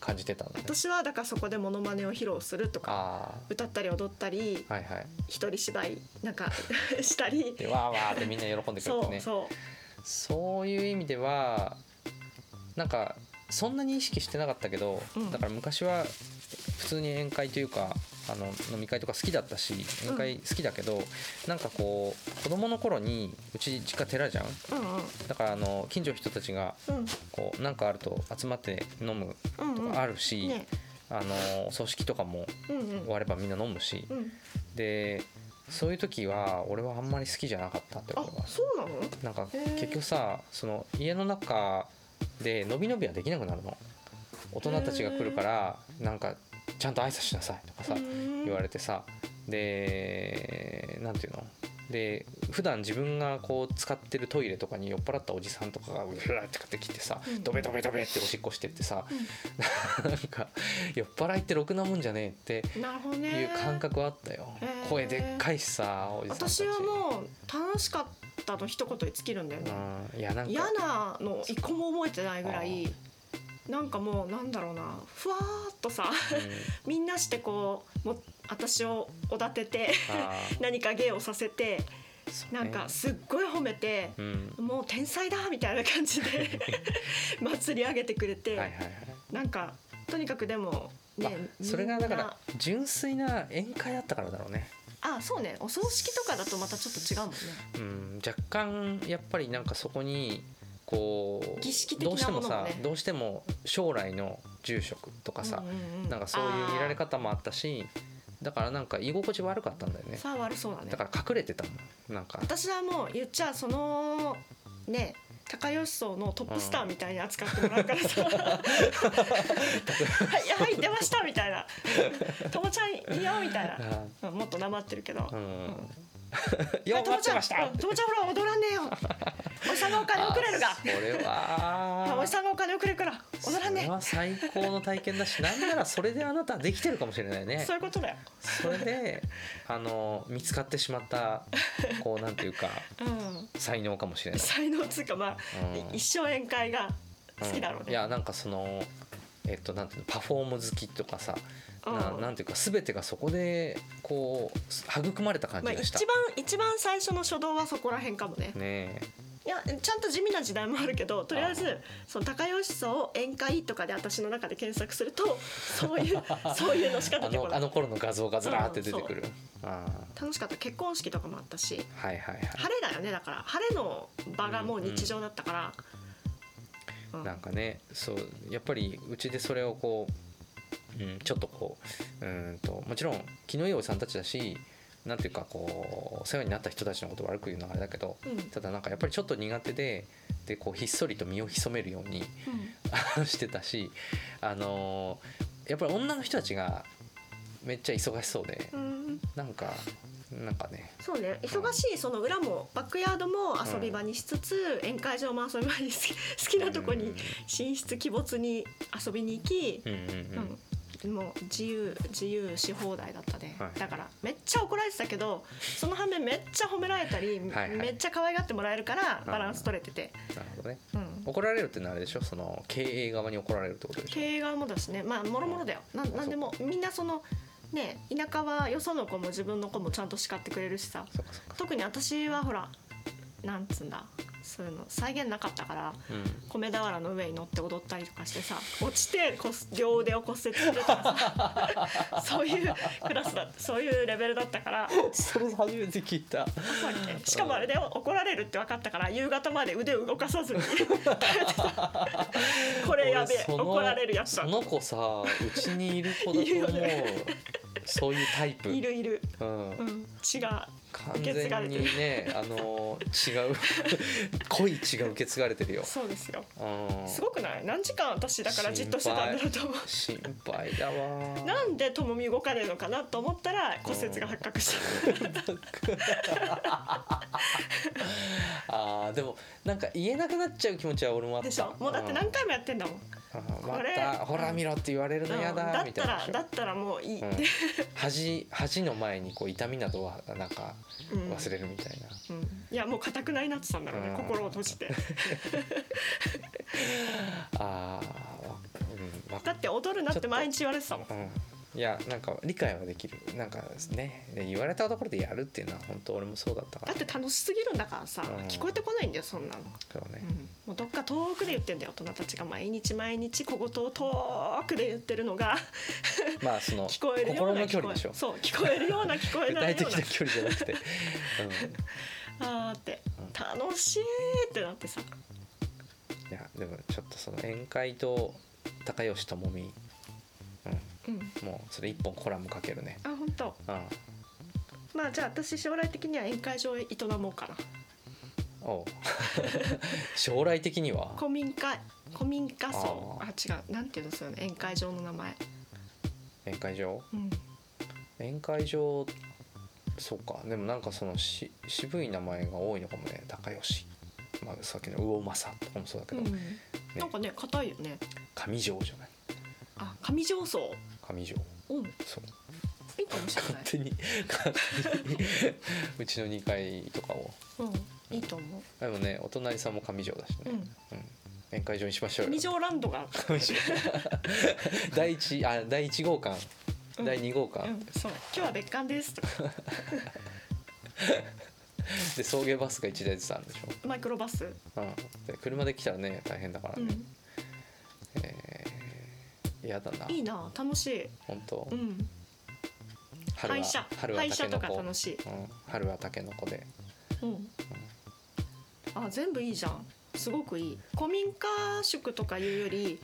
感じてたんだね私はだからそこでモノマネを披露するとかあ歌ったり踊ったりあはいはい一人芝居なんか したりでわーわーってみんな喜んでくれてそねうそうそういう意味ではなんかそんなに意識してなかったけど、うんだから昔は普通に宴会というかあの飲み会とか好きだったし宴会好きだけど、なんかこう子供の頃にうち実家寺じゃんうんうんだからあの近所の人たちがうんこうなんかあると集まって飲むうんとうんかあるし、ねあのお葬式とかもうんう終わればみんな飲むし、んうんでそういう時は俺はあんまり好きじゃなかったってあ思います。そうなのなんかへー結局さその家の中でのびのびはできなくなるの大人たちが来るからなんかちゃんと挨拶しなさいとかさ言われれてさでなんていうので普段自分がこう使ってるトイレとかに酔っ払ったおじさんとかがうらーってかってきてさうんドベドベドベっておしっこしてってさ なんか酔っ払いってろくなもんじゃねえってなるほどねいう感覚はあったよへー声でっかいしさおじさんたち私はもう楽しかったの一言に尽きるんだよねうんいやなんか嫌なの一個も覚えてないぐらいなんかもうなんだろうなふわーっ とさうんみんなしてこうもう私をおだててあー何か芸をさせてそうねなんかすっごい褒めてうんもう天才だみたいな感じで 祭り上げてくれて、はいはいはいなんかとにかくでもまあねそれがみだんかなら純粋な宴会だったからだろうね、あそうねお葬式とかだとまたちょっと違うもんねうん、若干やっぱりなんかそこにこう儀式的どうしてなもものもさねどうしても将来の住職とかさ、なんかそういう見られ方もあったしだからなんか居心地悪かったんだよねさあー悪そうだねだから隠れてたもんなんか私はもう言っちゃあそのね高吉層のトップスターみたいに扱ってもらうから さ「はいはい出ました」みたいな「ともちゃんいいよ」みたいあなもっとなまってるけどーう「んん よはいっ待ってましちゃたんうんともちゃんほら踊らん ねえよおじさんがお金をくれるがあーそれはあおじさんがお金をくれるから踊らんそねれは最高の体験だしなんならそれであなたはできてるかもしれないえね そういうことだよそれであの見つかってしまったこうなんていうかうん才能かもしれない、才能つうかまあうんい一生宴会が好きだろううんいねやなんかそのえっとなんていうのパフォーム好きとかさうんななんていうか全てがそこでこう育まれた感まあじがした、一番一番最初の初動はそこら辺かもねねいやちゃんと地味な時代もあるけどとりあえあずその高吉荘を宴会とかで私の中で検索するとそう いうそういうのしかえ出あてこのなあいの頃の画像がずらーって出てくる、あ楽しかった結婚式とかもあったしあはいはいはい晴れだよねだから晴れの場がもう日常だったから、うんなんかねそうやっぱりうちでそれをこう、うん、ちょっとこううーんともちろん気のいいおじさんたちだしなんていうかこう世話になった人たちのことを悪く言うのはあれだけどうんただなんかやっぱりちょっと苦手ででこうひっそりと身を潜めるように してたしあのーやっぱり女の人たちがめっちゃ忙しそうでうんうんなんかなんかねそうね忙しいその裏もバックヤードも遊び場にしつつ、宴会場も遊び場にし好きなとこに寝室鬼没に遊びに行き、うんうんうんうんうん、もう自由自由し放題だったね、はいだからめっちゃ怒られてたけどその反面めっちゃ褒められたりはいはいめっちゃ可愛がってもらえるからバランス取れてて、なるほどねうん、怒られるってのはあれでしょその経営側に怒られるってことでしょ経営側もだしねまあもろもろだよななんでもみんなそのね田舎はよその子も自分の子もちゃんと叱ってくれるしさそうかそうか特に私はほらなんつうんだそういうの再現なかったから。うん米俵の上に乗って踊ったりとかしてさ落ちてこす両腕を骨折するとか さそういうクラスだそういうレベルだったからそれ初めて聞いた。そうだっけしかもあれで怒られるって分かったから夕方まで腕を動 かさずに耐えてたこれやべえ俺その怒られるやつだその子さ、うちにいる子だと いる思よう。ねそういうタイプ。いるいる、うんう。ん、血が完受け継が全れてにるねあの違う 濃い血が受け継がれてるよ、そうですようん、すごくない何時間私だからじっとしてたんだろうと思う心配だわーなんでともみ動かねえのかなと思ったら骨折が発覚したあーでもなんか言えなくなっちゃう気持ちは俺もあったでしょ もうだって何回もやってんだもんうんまこれたほら見ろって言われるの嫌だうんみだたっいたならだったらもういい、うん恥恥の前にこう痛みなどはなんかうん忘れるみたいな、うんいやもう固くないなってたんだろうね、うん心を閉じて あーわうんわだって踊るなって毎日言われてたもんうん、いやなんか理解はできるなんかね言われたところでやるっていうのは本当俺もそうだったかだらって楽しすぎるんだからさ、うん聞こえてこないんだよそんなの、そうねうんもうどっか遠くで言ってんだよ大人たちが毎日毎日小言を遠くで言ってるのがまあその聞こえるよう心なの聞距こ離えでしょそう聞こえるような聞こえ具ない 体よう的な距離じゃなくて、うん、なあーって楽しいってなってさいやでもちょっとその宴会と高吉智美、ううんん、もうそれ一本コラムかけるね、あ本当うん、まあじゃあ私将来的には宴会場へ営もうかなおう 将来的には古民家古民家層ああ違うなんていうのその宴会場の名前宴会場うん宴会場そうかでもなんかそのし渋い名前が多いのかもね高吉、まあ、さっきの魚政とかもそうだけうど、ん、なんかね硬いよね上条じゃないあ上上層上条うんいそういかもしれ勝ない手に勝手に うちの2階とかをうんいいと思でもねお隣さんも上条だしね、ううんうん宴会場にしましょうよ上上ランドが 上条第一あ第一号館、うん第二号館、うんそう今日は別館ですとかで送迎バスが1台ずつあるんでしマイクロバスょ、うん、で車で来たらね大変だからうね、んえー、やだないいな楽しい本当、うん春廃は車春は廃車タケとノかコ、う楽しいん、春はタケノコでうんあ全部いいじゃんすごくいい古民家宿とかいうより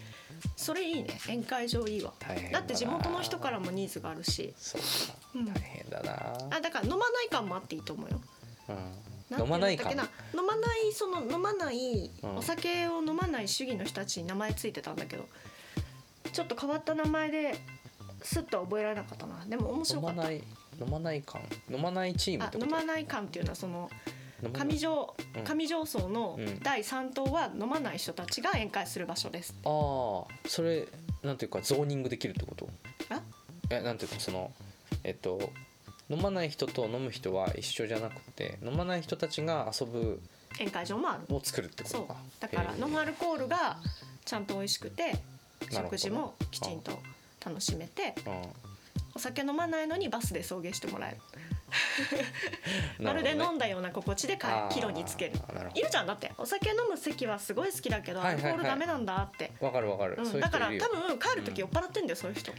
それいいね宴会場いいわ大変だだなって地元の人からもニーズがあるしそうかうん大変だなあ、だから飲まない感もあっていいと思うようん、飲まないかんてうんだっけな飲まないその飲まない、うんお酒を飲まない主義の人たちに名前ついてたんだけどちょっと変わった名前ですっとは覚えられなかったなでも面白飲かまったない飲まない感飲まないチームっあてこ飲とまない感っていうのはその飲まない上条うん上条層のうん第3棟は飲まない人たちが宴会する場所ですあーそれなんていうかゾーニングできるってことあえなんていうかそのえっと飲まない人と飲む人は一緒じゃなくて飲まない人たちが遊ぶ宴会場もあるを作るってことそうかだからへーノンアルコールがちゃんと美味しくなてるほど食事もきちんと楽しめてうお酒飲まないのにバスで送迎して もらえるんなまるるでほどね飲んだような心地で帰あー帰路につけるなるほいるじゃんだってお酒飲む席はすごい好きだけどアルコールダメなんだって、、どわかるわかる、そううんいうだ人かいらるよ多分帰る時酔っ払ってんだよそういう人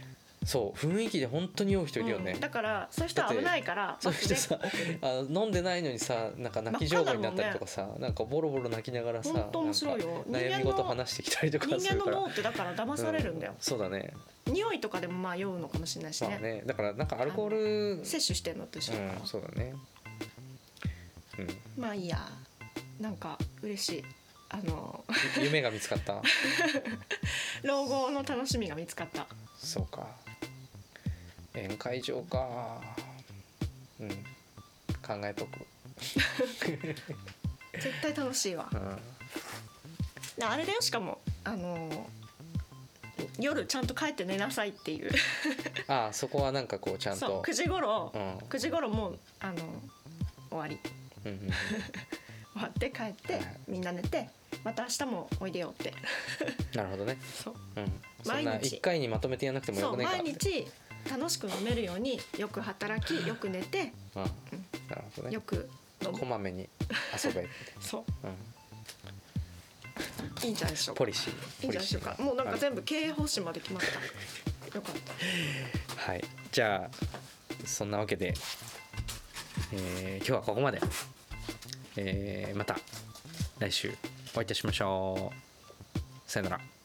そう雰囲気で本当に酔う人いるよね、うんだからそういう人は危ないからそういう人さあの飲んでないのにさなんか泣き上手になったりとかさ、なんかボロボロ泣きながらさ本当面白いよなんか悩み人間事の話してきたりとか人す間るのから脳ってだから騙されるんだよう、そうだね匂いとかでもまあ酔うのかもしれないしまあね,、ねだからなんかアルコール摂取してんのと一緒だから、うんそうだねうんまあいいやなんか嬉しいあの ゆ夢が見つかった老後の楽しみが見つかったそうか宴会場かうん考えとく、絶対楽しいわうん、であれだよしかもあの夜ちゃんと帰って寝なさいっていうああそこはなんかこうちゃんそうと9時頃、うん9時頃もうあの終わりうんうんうん終わって帰って、はいみんな寝てまた明日もおいでよってなるほどねそううんそ毎ん日な一回にまとめてやんなくてもよそくうねえか毎日楽しく飲めるようによく働きよく寝てうん、なるほどねよく飲むこまめに遊べって、そうん、ういいんじゃないでしょうかポいリシーいんじゃないでしょうかもうなんか全部経営方針まで決まったよかった部はいじゃあそんなわけで、えー今日はここまで、えーまた来週お会いいたしましょうさよなら